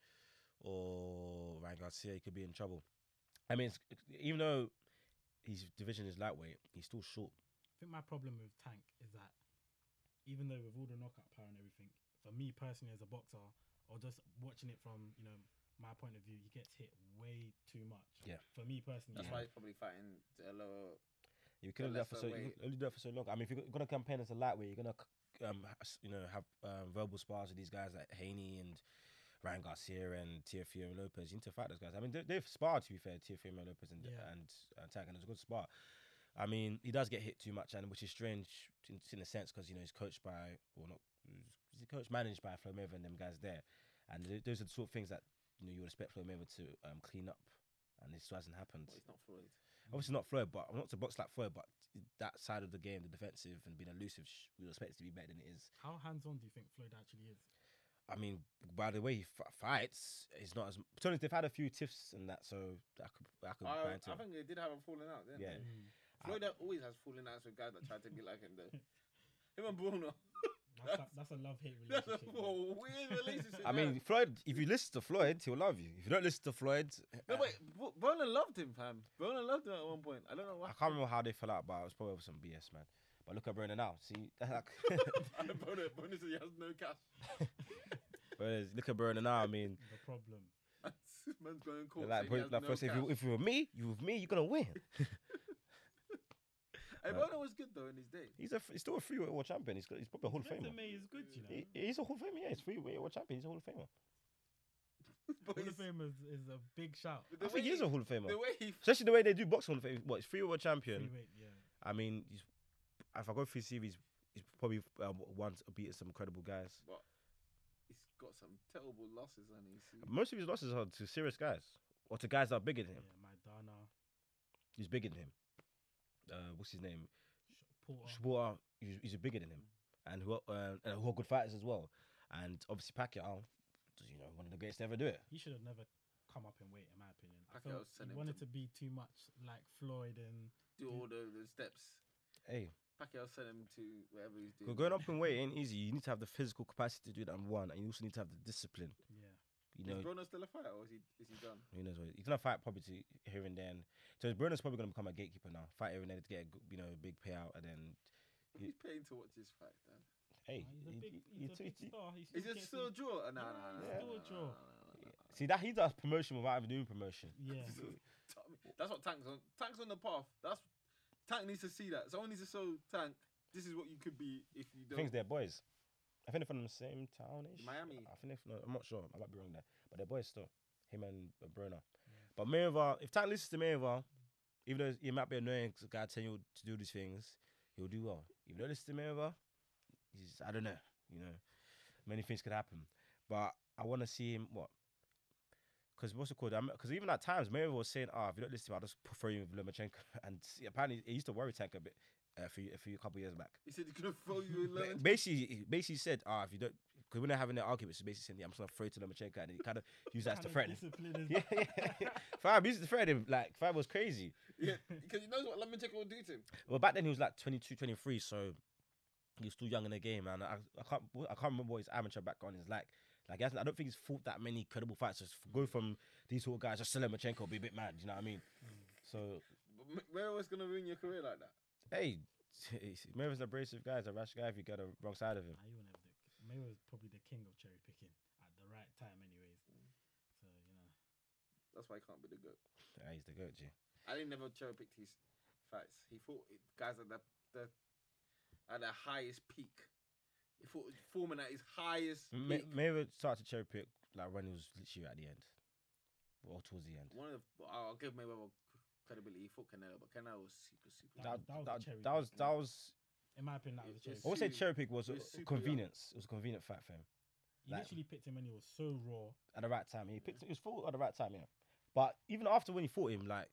B: or Ryan Garcia, he could be in trouble. I mean, it's, even though his division is lightweight, he's still short.
C: I think my problem with Tank is that even though with all the knockout power and everything, for me personally as a boxer, or just watching it from you know my point of view, he gets hit way too much.
B: Yeah.
C: For me personally,
A: That's why
C: yeah.
A: he's probably fighting a lower.
B: You couldn't do
A: Yeah,
B: that for
A: that's
B: so
A: the
B: you
A: way-
B: could only do that for so long. I mean, if you're gonna campaign as a lightweight, you're gonna c- um ha- s- you know have um, verbal spars with these guys like Haney and Ryan Garcia and Teofimo Lopez. You need to fight those guys. I mean, they, they've sparred to be fair, Teofimo Lopez and
C: Yeah.
B: and uh, Tank, and it's a good spar. I mean, he does get hit too much, and which is strange in, in a sense because you know he's coached by or not, he's coached managed by Flo Mayweather and them guys there, and th- those are the sort of things that you know you would expect Flo Mayweather to um, clean up, and this still hasn't happened
A: Well, it's not Floyd.
B: obviously not Floyd, but not to box like Floyd, but that side of the game, the defensive and being elusive, sh- we expect it to be better than it is.
C: how hands on do you think Floyd actually is?
B: I mean, by the way he f- fights, it's not as. To be honest, they've had a few tiffs and that, so I could I could buy
A: I,
B: into.
A: I think they did have a falling out. Didn't
B: Yeah.
A: they?
C: Mm,
A: Floyd always has falling outs with guys that try to be like him though. Him and Bruno.
C: that's, a, that's a love hate
A: That's a
C: relationship. man.
A: weird relationship.
B: I mean,
A: yeah.
B: Floyd. If you listen to Floyd, he'll love you. If you don't listen to Floyd,
A: no
B: uh,
A: wait, Bro- Bruno loved him, fam. Bruno loved him at one point. I don't know
B: I
A: why.
B: can't remember how they fell out, but it was probably over some BS, man. But look at Brennan now. See,
A: Bruno, Bruno said he has no cash.
B: Brennan- look at Brennan now. I mean,
C: the problem.
A: Man's going court.
B: like,
A: saying he has
B: like
A: no
B: first, if
A: cash.
B: you if you were me, you with me, you're gonna win.
A: Hey, Bruno was good though in his day.
B: He's a f- he's still a freeweight world champion. He's, got- he's probably a Hall of Famer.
C: Resume is good, you know.
B: He, he's a Hall of Famer, yeah. He's freeweight world champion. He's a Hall of Famer.
A: But
C: Hall of
A: he's-
C: Fame is, is a big shout.
A: the
B: I think he
A: way
B: is a Hall of Famer.
A: The way he
B: Especially the way they do boxing Hall of Fame. What, he's freeweight world champion.
C: Freeweight, yeah.
B: I mean, he's, if I go through his CV, he's, he's probably um, once beaten some credible guys.
A: But he's got some terrible losses, and he's
B: Most of his losses are to serious guys or to guys that are bigger than him.
C: Yeah, Maidana,
B: He's bigger than him. Uh, what's his name?
C: Sh- Porter.
B: Shibura, he's, he's bigger than him, and who are, uh, and who are good fighters as well. And obviously Pacquiao, you know, one of the greatest to ever do it.
C: He should have never come up in weight, in my opinion. I
A: Pacquiao
C: felt
A: sent
C: he
A: him
C: wanted
A: to-
C: to be too much like Floyd and
A: do all the, the steps.
B: Hey,
A: Pacquiao sent him to wherever he's doing.
B: Because going up in weight ain't easy. You need to have the physical capacity to do it, and one, and you also need to have the discipline.
C: yeah.
B: You
A: Is
B: know,
A: Bruno still a fighter, or is he is he done?
B: who knows what he's gonna fight probably to here and then. So Bruno's probably gonna become a gatekeeper now. Fight here and then to get a, g- you know big payout, and then
A: He's paying to watch his fight. Then.
B: hey,
C: Nah, he's a
B: he-
C: big,
B: he-
C: he's a
B: he-
C: big
B: he-
C: star.
A: Is
C: He still
A: it
C: gets
A: still a
C: his-
A: draw? No, no, no, no,
C: Yeah, it's
A: no,
C: still a
A: no,
C: draw.
A: no, no, no,
B: see that he does promotion without even doing promotion.
C: Yeah.
A: no. That's what Tank's on. Tank's on the path. That's Tank needs to see that. Someone needs to show Tank this is what you could be if you
B: I
A: don't.
B: think they're boys. I think they're from the same town ish.
A: Miami.
B: I think they're, no, I'm not sure. I might be wrong there, but they're boys still. Him and uh, Bruno. But Mayweather, if Tank listens to Mayweather, even though he might be annoying, 'cause guy telling you to do these things, he'll do well. If you don't listen to Mayweather, he's I don't know. You know, many things could happen. But I want to see him what. Because what's it called? Because even at times, Mayweather was saying, "Ah, if you don't listen to me, I'll just throw you with Lomachenko." And see, apparently, it used to worry Tank a bit a few a few couple years back.
A: He said he's gonna throw you in
B: Ba-
A: Lomachenko.
B: Basically, he basically said, "Ah, if you don't, because we're not having an argument, so basically saying, yeah, I'm just gonna throw it to Lomachenko, and he kind of used that as the threat. Yeah, yeah, yeah. Fab used the threat him like Fab was crazy.
A: Yeah, because he knows what Lomachenko will do to him.
B: Well, back then he was like 22, 23, so he was still young in the game, and I, I can't I can't remember what his amateur background is like. Like he hasn't- I don't think he's fought that many credible fights. Just go from these sort of guys just to Lomachenko, be a bit mad. You know what I mean? So
A: But M- Meryl's gonna ruin your career like that.
B: hey, Mayweather's an abrasive guy, he's a rash guy. If you got the wrong side of him,
C: Nah, he won't have the- Mayweather's probably the king of cherry picking at the right time, anyways. So you know,
A: That's why he can't be the goat.
B: yeah, Ah, he's the goat. G.
A: I didn't never cherry picked his fights. He fought guys at the, the at the highest peak. He fought Foreman at his highest
B: Ma-
A: peak.
B: Mayweather started to cherry pick like when he was literally at the end, or towards the end.
A: One of the, I'll give Mayweather credibility. He fought Canelo, but Canelo was super super.
B: That,
C: That-
B: that,
C: was a
B: that,
C: cherry
B: was
C: pick.
B: that was.
C: in my opinion, that
A: It-
C: was a
A: it's-
B: I
C: cherry.
B: would say
A: Su-
B: cherry pick was
A: it
B: a
A: was super young.
B: convenience. It was a convenient fight for him
C: He
B: like-
C: literally picked him when he was so raw.
B: at the right time. He picked. It was full at the right time. Yeah, but even after when he fought him, like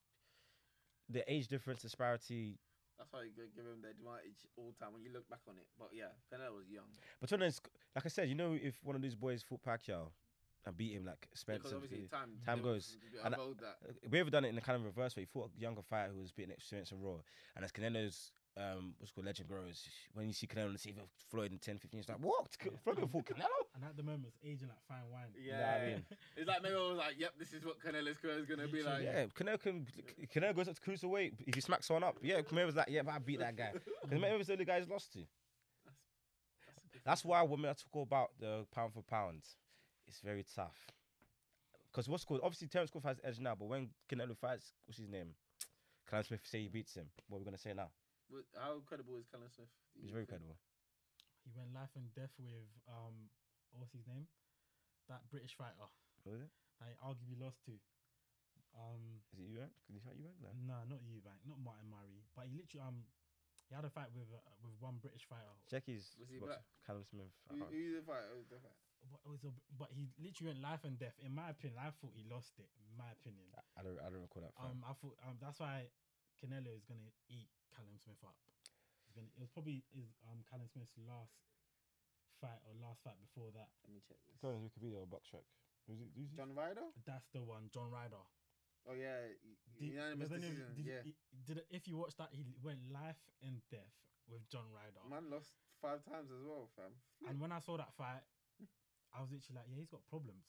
B: the age difference disparity
A: That's why you g- give him the advantage all time when you look back on it. But yeah, Canelo was young
B: between us. Like I said, you know, if one of these boys fought Pacquiao and beat him, like
A: because
B: Spencer.
A: obviously time
B: time
A: they-
B: goes.
A: they
B: And I-
A: evolved that.
B: we ever done it in a kind of reverse way. He fought a younger fighter who was beating experience and raw. And as Canelo's um, what's it called legend grows, when you see Canelo on the TV of Floyd in 10, 15 years, like, what? C-
C: Yeah.
B: Floyd can fought Canelo?
C: And at the moment, it's aging like fine wine.
A: Yeah,
B: know what I mean?
A: it's like Mayweather was like, "Yep, this is what Canelo's career is gonna be like."
B: Yeah, Canelo can Canelo goes up to cruiserweight. If you smack someone up, yeah, Canelo was like, yeah, but I beat that guy. Because Mayweather's the only guy he's lost to. That's why when I talk about the pound for pound, it's very tough. Because what's called obviously Terence Crawford has edge now, but when Canelo fights, what's his name? Callum Smith say he beats him. What are we gonna say now?
A: But How credible is Canelo Smith? do
B: He's
A: you
B: very
A: think?
B: credible.
C: He went life and death with um, what's his name? That British fighter
B: What was it?
C: that he arguably lost to. Um,
B: Is it you? Ant? Is that you? Ant? No.
C: no, not Eubank, not Martin Murray, but he literally um, he had a fight with uh, with one British fighter.
B: Jackie's
A: Was he
B: boxer,
A: black?
B: Callum Smith.
A: Who,
B: I can't-
A: who's the fighter? Who's the fighter?
C: But, it was a, but he literally went life and death. In my opinion, I thought he lost it. In my opinion,
B: I don't. I don't recall that. fight.
C: um, I thought um, that's why Canelo is gonna eat Callum Smith up. He's gonna. It was probably his, um Callum Smith's last fight or last fight before that.
A: Let me check this.
B: Go on Wikipedia or box track. Who's it? Who's it?
A: John Ryder?
C: That's the one, John Ryder.
A: Oh yeah, y-
C: Did-
A: unanimous
C: does any of-
A: decision.
C: did-
A: yeah,
C: i- did it- if you watch that, he went life and death with John Ryder.
A: man lost five times as well, fam.
C: And when I saw that fight, I was literally like, yeah, he's got problems.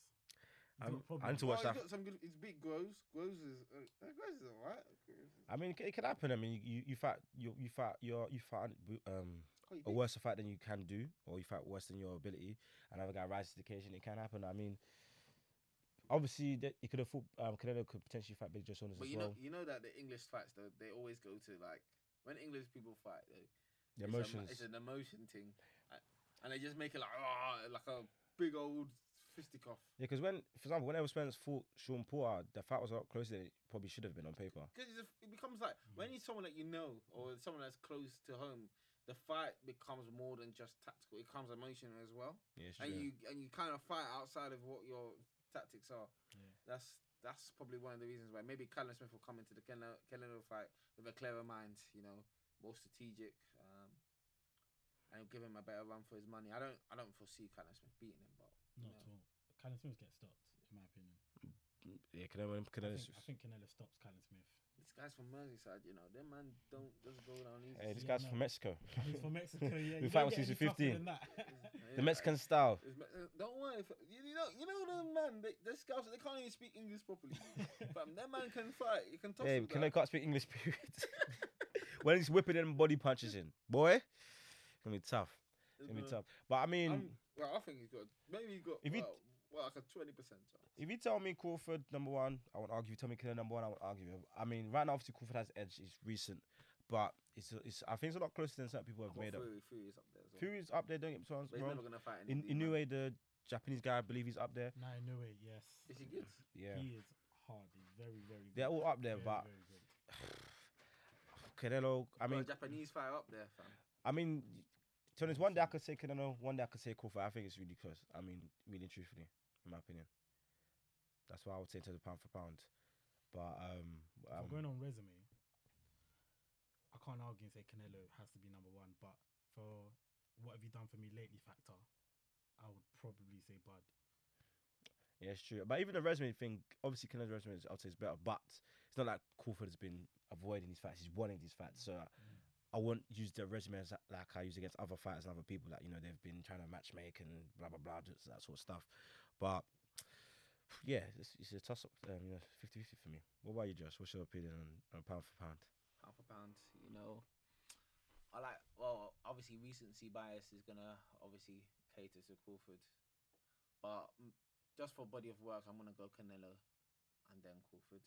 C: He's
B: I'm-
C: got
B: I need
C: problems.
B: to
A: Oh,
B: watch
A: he's
B: that.
A: got some good. He's beat Groves. Groves is uh, uh, Groves is alright. Groves is-
B: I mean, it, c- it can happen. I mean, you you fight you you fight your you fight um
A: Oh, he
B: a
A: beat-
B: worse fight than you can do, or you fight worse than your ability. Another guy rises to the occasion. It can happen. I mean, obviously that he could have fought. Um, Canelo could potentially fight Big Joe Saunders
A: But
B: as
A: you
B: well.
A: know, you know that the English fights though, they always go to like when English people fight, though, it's a
B: the
A: ma-
B: emotions.
A: it's an emotion thing, A- and they just make it like ah, like a big old fisticuff.
B: yeah, because when, for example, when Errol Spence fought Sean Porter, the fight was a lot closer than it probably should have been on paper.
A: Because it becomes like when you're someone that you know or someone that's close to home, the fight becomes more than just tactical. It becomes emotional as well.
B: Yeah, it's
A: and
B: true.
A: you and you kind of fight outside of what your tactics are.
C: Yeah.
A: That's that's probably one of the reasons why maybe Callum Smith will come into the Canelo Canelo fight with a clever mind, you know, more strategic, um, and it'll give him a better run for his money. I don't I don't foresee Callum Smith beating him, but you
C: Not at
A: know.
C: all. Callum Smith gets stopped, in my opinion.
B: yeah, Canelo.
C: I
B: Canelo's,
C: think, I think Canelo stops Callum Smith.
A: this guy's from Merseyside, you know, them man don't just go down easy.
B: hey, this
C: Yeah,
B: guy's
C: no.
B: from Mexico.
C: He's from Mexico. Yeah,
B: We
C: you
B: fight when
C: don't get
B: she's
C: any tougher
B: 15.
C: than that.
B: the Mexican style.
A: It's me- uh, Don't worry, f- you, you know, you know them man. They, they're scouts. They can't even speak English properly. but that man can fight. You can talk.
B: Yeah, Canelo can't speak English. Period. when he's whipping them body punches in, boy, it's gonna be tough. It's gonna be tough. But I mean.
A: Uh-huh. I'm, well, I think he's got maybe he's got
B: If he-
A: well, well, like a twenty percent chance.
B: If you tell me Crawford number one, I won't argue. If you tell me Canelo number one, I won't argue. I mean, right now obviously Crawford has edge. It's recent, but it's it's I think it's a lot closer than certain people have
A: Well,
B: made up.
A: Fury, Fury is up there as well.
B: Fury's up there. Don't get me wrong.
A: but he's never gonna fight
B: In
A: any
B: in new way, the Japanese guy, I believe he's up there.
C: no, no way. Yes.
A: Is he good?
B: Yeah,
C: He is hard. He's very, very. Good.
B: they're all up there,
C: Very,
B: but
C: very good.
B: Canelo. I
A: I mean,
B: mean,
A: Japanese fighter up there, fam.
B: I mean, so there's one day I could say Canelo, one day I could say Crawford. I think it's really close. I mean, really and truthfully, in my opinion, that's what I would say to the pound for pound. But um,
C: If I'm
B: um
C: going on resume. I can't argue and say Canelo has to be number one, but for what have you done for me lately factor, I would probably say Bud.
B: Yeah, it's true. But even the resume thing, obviously Canelo's resume is, I'd say is better, but it's not like Crawford has been avoiding these fights. He's wanting these fights. So I, I won't use their resume as like I use against other fighters and other people. Like, you know, they've been trying to matchmake and blah, blah, blah, just that sort of stuff. But yeah, it's, it's a toss up, um, you know, 50 50 for me. What about you, Josh? What's your opinion on, on pound for pound?
A: pound for pound, you know. I like well, obviously recency bias is gonna obviously cater to Crawford, but mm, just for body of work, I'm gonna go Canelo, and then Crawford.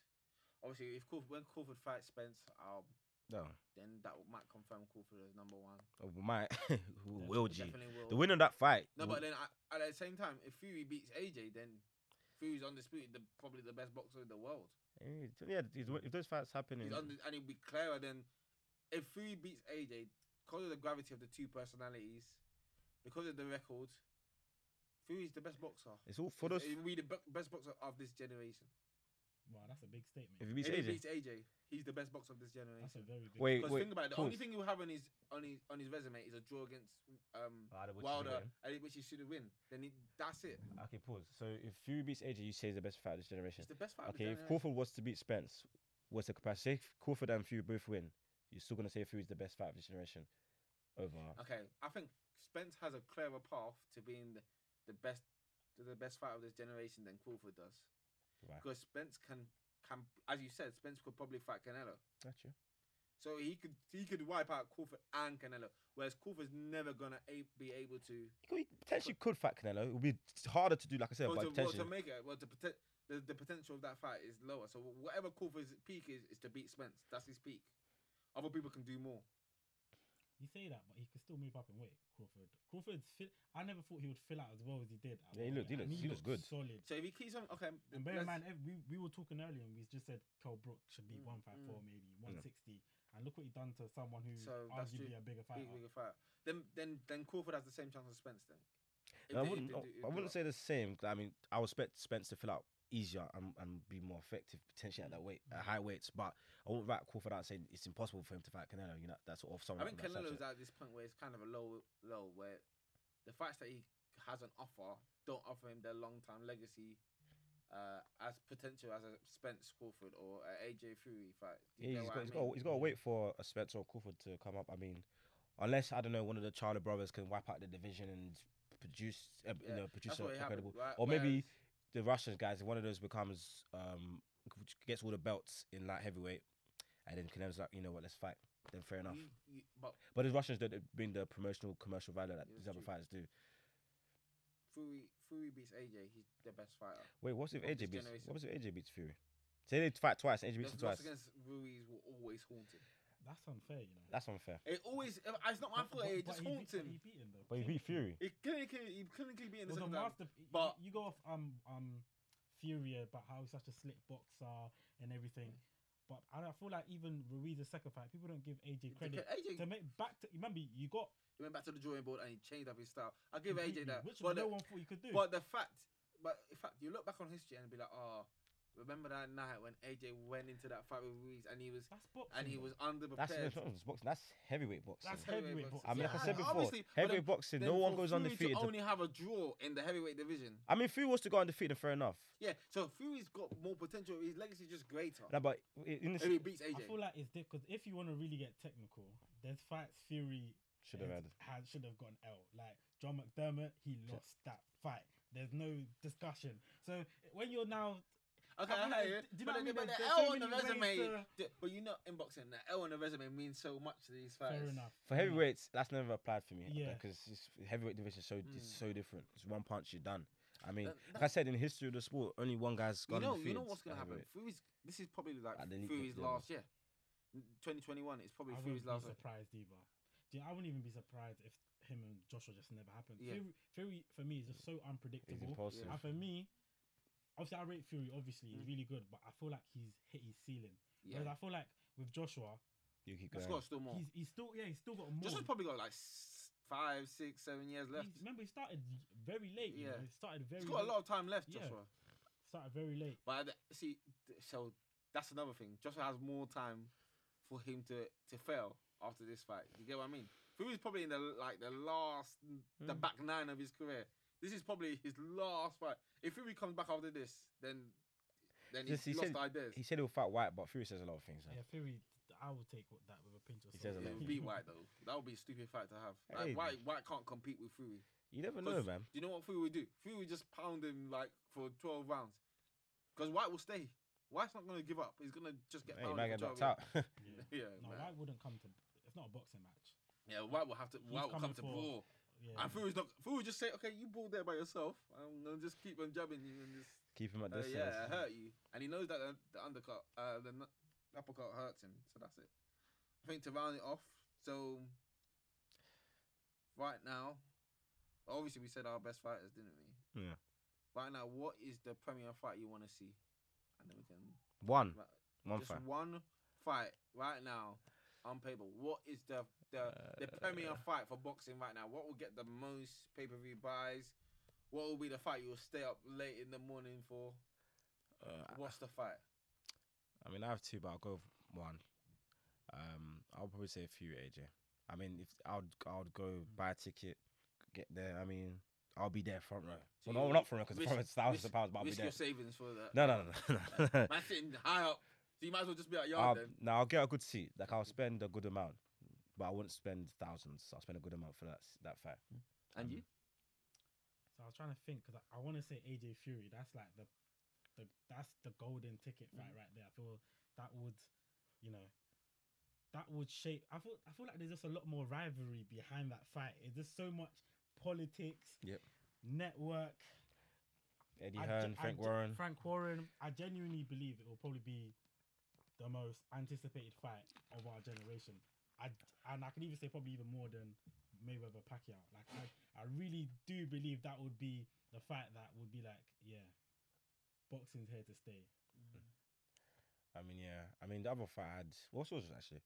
A: Obviously, if Crawford, when Crawford fights Spence, I'll,
B: No,
A: then that might confirm Crawford as number one.
B: oh, my, who will
A: It
B: G?
A: Definitely will.
B: The winner of that fight.
A: No,
B: will-
A: but then I, at the same time, if Fury beats AJ, then Fury's undisputed, the, probably the best boxer in the world.
B: Eh, yeah, if those- if those fights happen, in,
A: He's under, and it'll be clearer than if Fury beats AJ because of the gravity of the two personalities, because of the record. Fury's the best boxer.
B: it's all for those.
A: He'll be the be- best boxer of this generation.
C: Wow, that's a big statement.
B: If he beats
A: if he
B: AJ,
A: beats AJ, he's the best boxer of this generation.
C: That's a very big.
B: wait,
A: Because
B: wait,
A: think about it, the
B: pause.
A: only thing he'll have on his on his on his resume is a draw against um,
B: Wilder, which is
A: Wilder,
B: winning.
A: and which he should win. Then he, that's it.
B: Okay, pause. So if Fury beats AJ, you say he's the best fighter of this generation.
A: He's the best fighter. of the
B: Okay, if
A: generation.
B: Crawford was to beat Spence, what's the capacity? If Crawford and Fury both win, you're still gonna say Fury's the best fighter of this generation. Over.
A: Okay, I think Spence has a clearer path to being the, the best to the best fighter of this generation than Crawford does.
B: Why?
A: Because Spence can can as you said, Spence could probably fight Canelo.
B: Gotcha.
A: So he could he could wipe out Crawford and Canelo, whereas Crawford's never gonna a- be able to
B: He could- he potentially could fight Canelo. It would be harder to do, like I said,
A: well, to,
B: but
A: well,
B: potentially.
A: to make it well to protect the, the potential of that fight is lower. So whatever Crawford's peak is is to beat Spence. That's his peak. Other people can do more.
C: You say that, but he could still move up in weight. Crawford. Crawford's fit. I never thought he would fill out as well as he did. at
B: Yeah, he
C: one
B: looked- he
C: point, and
B: looked- he looked
C: looked
B: good.
C: Solid.
A: So if he keeps on okay,
C: And bear in
A: let's-
C: mind, ev- we, we were talking earlier and we just said Kell Brook should be
A: Mm,
C: 154, maybe 160. And look what he done to someone who's
A: So that's
C: arguably
A: true.
C: a bigger fighter.
A: big, bigger fighter. Then, then, then Crawford has the same chance as Spence. Then If
B: No, I
A: they- if
B: wouldn't.
A: they
B: no,
A: do- if
B: I
A: they
B: wouldn't
A: do
B: say the same. 'cause I mean, I would expect Spence to fill out easier and, and be more effective potentially at that weight, at high weights. But I wouldn't write Crawford out and say it's impossible for him to fight Canelo. You know, that's sort of
A: that.
B: someone.
A: I think
B: from that
A: Canelo's
B: subset.
A: at this point where it's kind of a low, low where the fights that he has on offer don't offer him their long time legacy uh, as potential as a Spence Crawford or a AJ Fury fight. Do you
B: Yeah,
A: get
B: he's
A: what
B: got,
A: I
B: he's
A: mean?
B: got, he's got to wait for a Spencer or Crawford to come up. I mean, unless I don't know, one of the Charlie brothers can wipe out the division and produce, uh,
A: Yeah,
B: you know, produce
A: That's what
B: a
A: it happened.
B: credible.
A: right?
B: or maybe
A: Whereas-
B: the Russian guys. One of those becomes um, which gets all the belts in light heavyweight, and then Canelo's like, you know what, let's fight. Then fair enough.
A: you- you- but
B: But the Russians don't uh, bring the promotional commercial value that
A: Yeah,
B: these
A: that's
B: other
A: true.
B: fighters do.
A: Fury, Fury beats AJ. He's the best fighter.
B: Wait, what's if
A: Of this
B: AJ beats?
A: generation.
B: What was if AJ beats Fury? Say they fight twice, AJ
A: The
B: beats him
A: loss
B: twice.
A: against Ruiz will always haunt him.
C: That's unfair, you know.
B: That's unfair.
A: It always. It's not my
C: But-
A: fault.
C: but-
A: It
C: but
A: just
C: he beat-
A: haunts
C: but
A: him.
C: He beat him though.
B: But he beat Fury.
C: Clean.
A: It clinically, he clinically beat in the
C: It was a
A: second round.
C: master. you-
A: but-
C: you go off um um Fury about how he's such a slick boxer and everything, but I, I feel like even Ruiz's second fight, people don't give AJ credit.
A: AJ
C: To make back to remember you got
A: He went back to the drawing board and he changed up his style. I give
C: completely,
A: AJ that.
C: which
A: But
C: no
A: the,
C: one thought you could do.
A: but the fact, but in fact, you look back on history and be like, oh, remember that night when AJ went into that fight with Ruiz and he was
C: that's boxing.
A: and he
C: though.
A: was
B: That's
A: underprepared.
B: it's not just boxing. That's heavyweight boxing.
C: That's heavyweight boxing.
B: I mean, like I
C: Yeah,
B: said
A: and
B: before,
A: obviously, but
B: heavyweight
A: then-
B: boxing,
A: then
B: no one
A: for
B: goes
A: Fury
B: undefeated.
A: To only have a draw in the heavyweight division.
B: I mean, if Fury was to go undefeated, fair enough.
A: Yeah, so Fury's got more potential. His legacy is just greater.
B: Nah, but in this
A: If he beats AJ,
C: I feel like it's because if you want to really get technical, there's fights Fury
B: should have had.
C: had should have gotten L. Like John McDermott, he lost that fight. There's no discussion. So when you're now
A: okay,
C: I feel
A: I
C: like
A: hear you.
C: d- do you know
A: But
C: what I
A: the-
C: mean?
A: but
C: There's-
A: the
C: there's
A: L
C: so
A: on the
C: many ways
A: resume,
C: to-
A: the- but you know, in boxing, the L on the resume means so much to these fighters.
C: fair enough
B: For
C: fair enough.
B: heavyweights, that's never applied for me.
C: Yeah.
B: Because it's heavyweight division is so
A: Mm.
B: it's so different. It's one punch, you're done. I mean,
A: That-
B: like I said, in the history of the sport, only one guy's
A: You
B: gone
A: know,
B: undefeated.
A: you know what's gonna
B: at
A: happen.
B: heavyweight.
A: Fury's this is probably like
B: At the league
A: Fury's
B: level.
A: last year, twenty twenty one. It's probably
C: I
A: Fury's
C: wouldn't
A: last.
C: be
A: year.
C: surprised either. Do you, I wouldn't even be surprised if him and Joshua just never happened.
A: Yeah.
C: Fury, Fury for me is just so
B: He's
C: unpredictable.
B: impulsive.
C: And for me, obviously I rate Fury. Obviously he's
A: Mm.
C: really good, but I feel like he's hit his ceiling.
A: Yeah,
C: Whereas I feel like with Joshua,
B: You keep
A: he's
B: going.
A: got still more.
C: he's, he's still yeah he's still got more.
A: Joshua's probably got like s- five, six, seven years left.
C: He's- remember he started very late. Yeah,
A: Yeah.
C: he started very.
A: he's got a
C: late-
A: lot of time left,
C: Yeah.
A: Joshua.
C: Started very late.
A: But I d- see, th- so that's another thing. Joshua has more time for him to to fail after this fight. You get what I mean? Fury's probably in the like the last
B: Hmm.
A: the back nine of his career. This is probably his last fight. If Fury comes back after this, then then he's
B: Just- he
A: lost
B: said-
A: ideas.
B: He said he'll fight White, but Fury says a lot of things. man.
C: Yeah, Fury. I would take that with a pinch of
B: He says
C: salt.
B: a
A: It
B: lot.
A: would be White though. That would be a stupid fight to have. Like,
B: Hey.
A: White White can't compete with Fury.
B: You never know,
A: 'Cause
B: man.
A: Do you know what Fury would do? Fury would just pound him like for twelve rounds, because White will stay. White's not gonna give up. He's gonna just get
B: Hey,
A: pounded
B: man
A: for
B: get
A: 12
B: knocked out.
C: Yeah.
A: Yeah,
C: No,
A: man.
C: White wouldn't come to. It's not a boxing match.
A: yeah. White will have to. White will come
C: coming
A: to
C: for-
A: brawl.
C: Yeah.
A: And Fury's not. Fury would just say, "Okay, you ball there by yourself. I'm gonna just keep on jabbing you and just
B: Keep him at
A: uh,
B: this.
A: yeah, it hurt you." And he knows that the, the undercut, uh, the nu- uppercut hurts him, so that's it. I think to round it off, so right now, obviously we said our best fighters, didn't we?
B: Yeah.
A: Right now, what is the premier fight you want to see? And then we can
B: One,
A: Right.
B: one
A: just
B: fight.
A: one fight right now on paper. What is the the, the premier
B: Uh,
A: fight for boxing right now? What will get the most pay per view buys? What will be the fight you'll stay up late in the morning for?
B: Uh,
A: What's the fight?
B: I mean, I have two, but I'll go with one. Um, I'll probably say a few AJ. I mean, if I'd I'd go buy a ticket, get there. I mean, I'll be there front row.
A: So
B: well,
A: you
B: no, not front row because
A: risk-
B: front row's thousands
A: risk-
B: of pounds, but I'll be
A: Risk
B: there.
A: your savings for that.
B: No, no, no, no. no.
A: Man sitting high up, so you might as well just be at yard
B: I'll,
A: then.
B: no, I'll get a good seat. Like I'll spend a good amount, but I wouldn't spend thousands. I'll spend a good amount for that s- that fight.
A: And
B: um,
A: you?
C: So I was trying to think because I, I want to say AJ Fury. That's like the, the that's the golden ticket fight
A: Mm.
C: right there. I feel that would, you know, that would shape. I feel I feel like there's just a lot more rivalry behind that fight. It's just so much politics.
B: Yep.
C: Network.
B: Eddie
C: I ge-
B: Hearn,
C: I
B: Frank
C: ge-
B: Warren.
C: Frank Warren. I genuinely believe it will probably be the most anticipated fight of our generation. I and I can even say probably even more than Mayweather Pacquiao. Like I, I really do believe that would be the fight that would be like, yeah, boxing's here to stay.
B: I mean, yeah. I mean, the other fight I had. What's yours actually?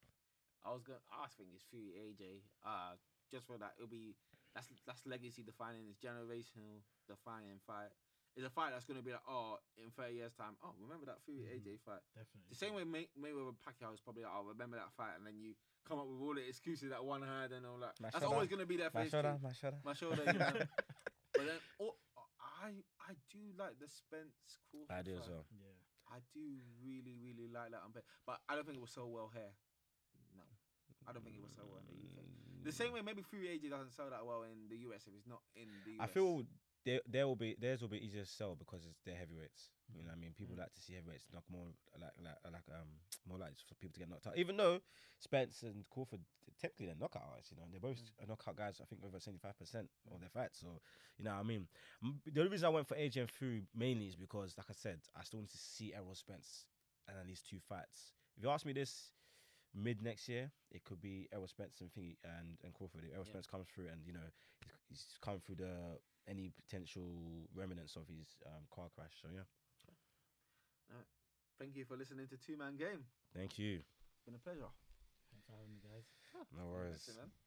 A: I was gonna. I think it's Fury AJ. Uh just for that, it'll be that's that's legacy defining. It's generational defining fight. It's a fight that's gonna be like, oh, in thirty years time, oh, remember that Fury
C: Mhm.
B: Mm-hmm.
A: AJ fight?
C: Definitely.
A: The same way May- Mayweather Pacquiao is probably like, oh, remember that fight, and then you come up with all the excuses that one had and all that.
B: My
A: that's
B: shoulder.
A: always gonna be their
B: My
A: face.
B: shoulder, my shoulder.
A: My shoulder. You know? but then, oh, I I do like the Spence Crawford.
B: I do
A: fight.
B: as well.
C: Yeah.
A: I do really, really like that on paper, but I don't think it was so well here. No, I don't think it was so well. In the, UK.
B: Mm.
A: the same way, maybe Fury AJ doesn't sell that well in the US if it's not in the.
B: I
A: US.
B: feel there there will be theirs will be easier to sell because it's their heavyweights. You
A: Mm-hmm.
B: know, what I mean, people
C: Mm.
B: like to see heavyweights knock more like like like um more likely for people to get knocked out. Even though Spence and Crawford technically they're knockout artists, you know, they're both
A: Mm.
B: are knockout guys. I think over seventy five percent of their fights. So you know, what I mean, M- the only reason I went for AJ and Fury mainly is because, like I said, I still want to see Errol Spence and at least two fights. If you ask me this. Mid next year, it could be Errol Spence and Thingy and, and Crawford. If Errol
A: Yeah.
B: Spence comes through and you know he's, he's come through the any potential remnants of his um, car crash. So yeah,
A: Thank you for listening to Two Man Game.
B: thank you.
A: Been a pleasure.
C: Thanks for having me, guys.
B: No worries.
A: Listen, man.